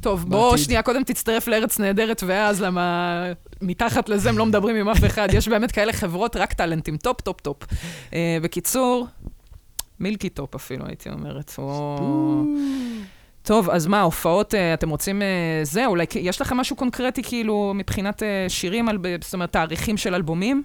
S5: טוב, בוא
S7: בעתיד.
S5: שנייה, קודם תצטרף לארץ נהדרת, ואז למה מתחת לזה הם לא מדברים עם אף אחד. יש באמת כאלה חברות, רק טאלנטים, טופ, טופ, טופ. Uh, בקיצור, מילקי טופ אפילו, הייתי אומרת. או... טוב, אז מה, הופעות, אה, אתם רוצים אה, זה? אולי כי- יש לכם משהו קונקרטי, כאילו, מבחינת אה, שירים, על, ב- זאת אומרת, תאריכים של אלבומים?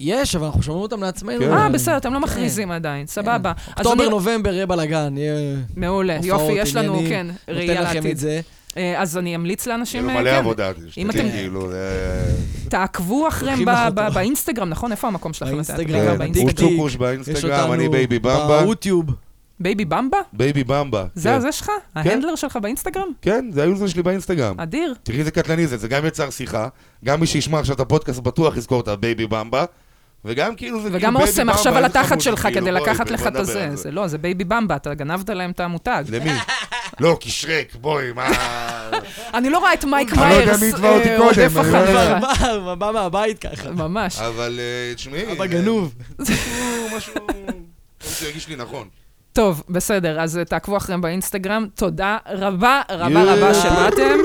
S7: יש, אבל אנחנו שומרים אותם לעצמנו.
S6: כן.
S5: אה,
S7: אני-
S5: בסדר, אתם לא מכריזים עדיין, סבבה. אז
S7: כן. אוקטובר,
S5: אני-
S7: נובמבר, יהיה בלאגן, יהיה...
S5: מעולה,
S7: הופעות,
S5: יופי, יש לנו,
S7: עניינים.
S5: כן, ראייה
S7: נותן לכם
S5: לעתיד.
S7: את זה.
S5: אה, אז אני אמליץ
S6: יש
S5: לאנשים,
S6: לו
S5: אה,
S6: כאילו, מלא
S5: כן,
S6: עבודה, שתדעי,
S5: אתם-
S6: כאילו, זה-
S5: תעקבו אחריהם
S7: לוקחים
S5: ב-
S7: לך אותו.
S5: ב- באינסטגרם, נכון? איפה המקום שלכם?
S7: באינסטגרם,
S5: בעיקר
S6: כן,
S5: באינסטגרם.
S6: הוא
S7: דיק-דיק.
S6: צ'וקוש
S7: יש
S6: באינסטגרם,
S7: אותנו
S6: אני בייבי
S5: [laughs]
S6: במבה.
S7: [laughs] ביוטיוב.
S5: בייבי במבה?
S6: בייבי במבה.
S5: זה
S6: כן.
S5: הזה שלך? ההנדלר שלך באינסטגרם?
S6: כן, זה היוזר שלי באינסטגרם.
S5: אדיר.
S6: תראי איזה קטלני זה, זה גם יצר שיחה, גם מי שישמע עכשיו את הפודקאסט בטוח יזכור את הבייבי במבה, וגם כאילו זה...
S5: וגם
S6: כאילו בייבי
S5: אוסם עכשיו
S6: במבה,
S5: על
S6: איזה
S5: התחת
S6: חמוד,
S5: שלך
S6: כאילו,
S5: כדי
S6: בואי,
S5: לקחת
S6: בואי,
S5: לך
S6: בואי
S5: את
S6: נדבר
S5: הזה.
S6: על
S5: זה לא, זה בייבי במבה, אתה גנבת להם את המותג. [laughs]
S6: למי? לא, כי שרק, בואי, מה...
S5: אני לא רואה את מייק
S6: אני לא יודע
S5: מיירס
S6: מי התווה אותי
S5: אה,
S6: קודם,
S5: רודף
S6: אני לא יודע.
S5: אחריך.
S7: מה, מה, בא מהבית ככה.
S5: ממש.
S6: אבל אה, תשמעי...
S7: אבא
S6: אה,
S7: גנוב.
S6: משהו, משהו, משהו שירגיש לי נכון.
S5: טוב, בסדר, אז אה, תעקבו אחריהם באינסטגרם. תודה רבה, רבה רבה שבאתם.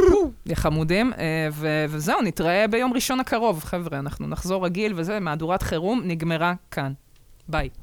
S5: יא חמודים. אה, ו- וזהו, נתראה ביום ראשון הקרוב, חבר'ה. אנחנו נחזור רגיל וזה, מהדורת חירום נגמרה כאן. ביי.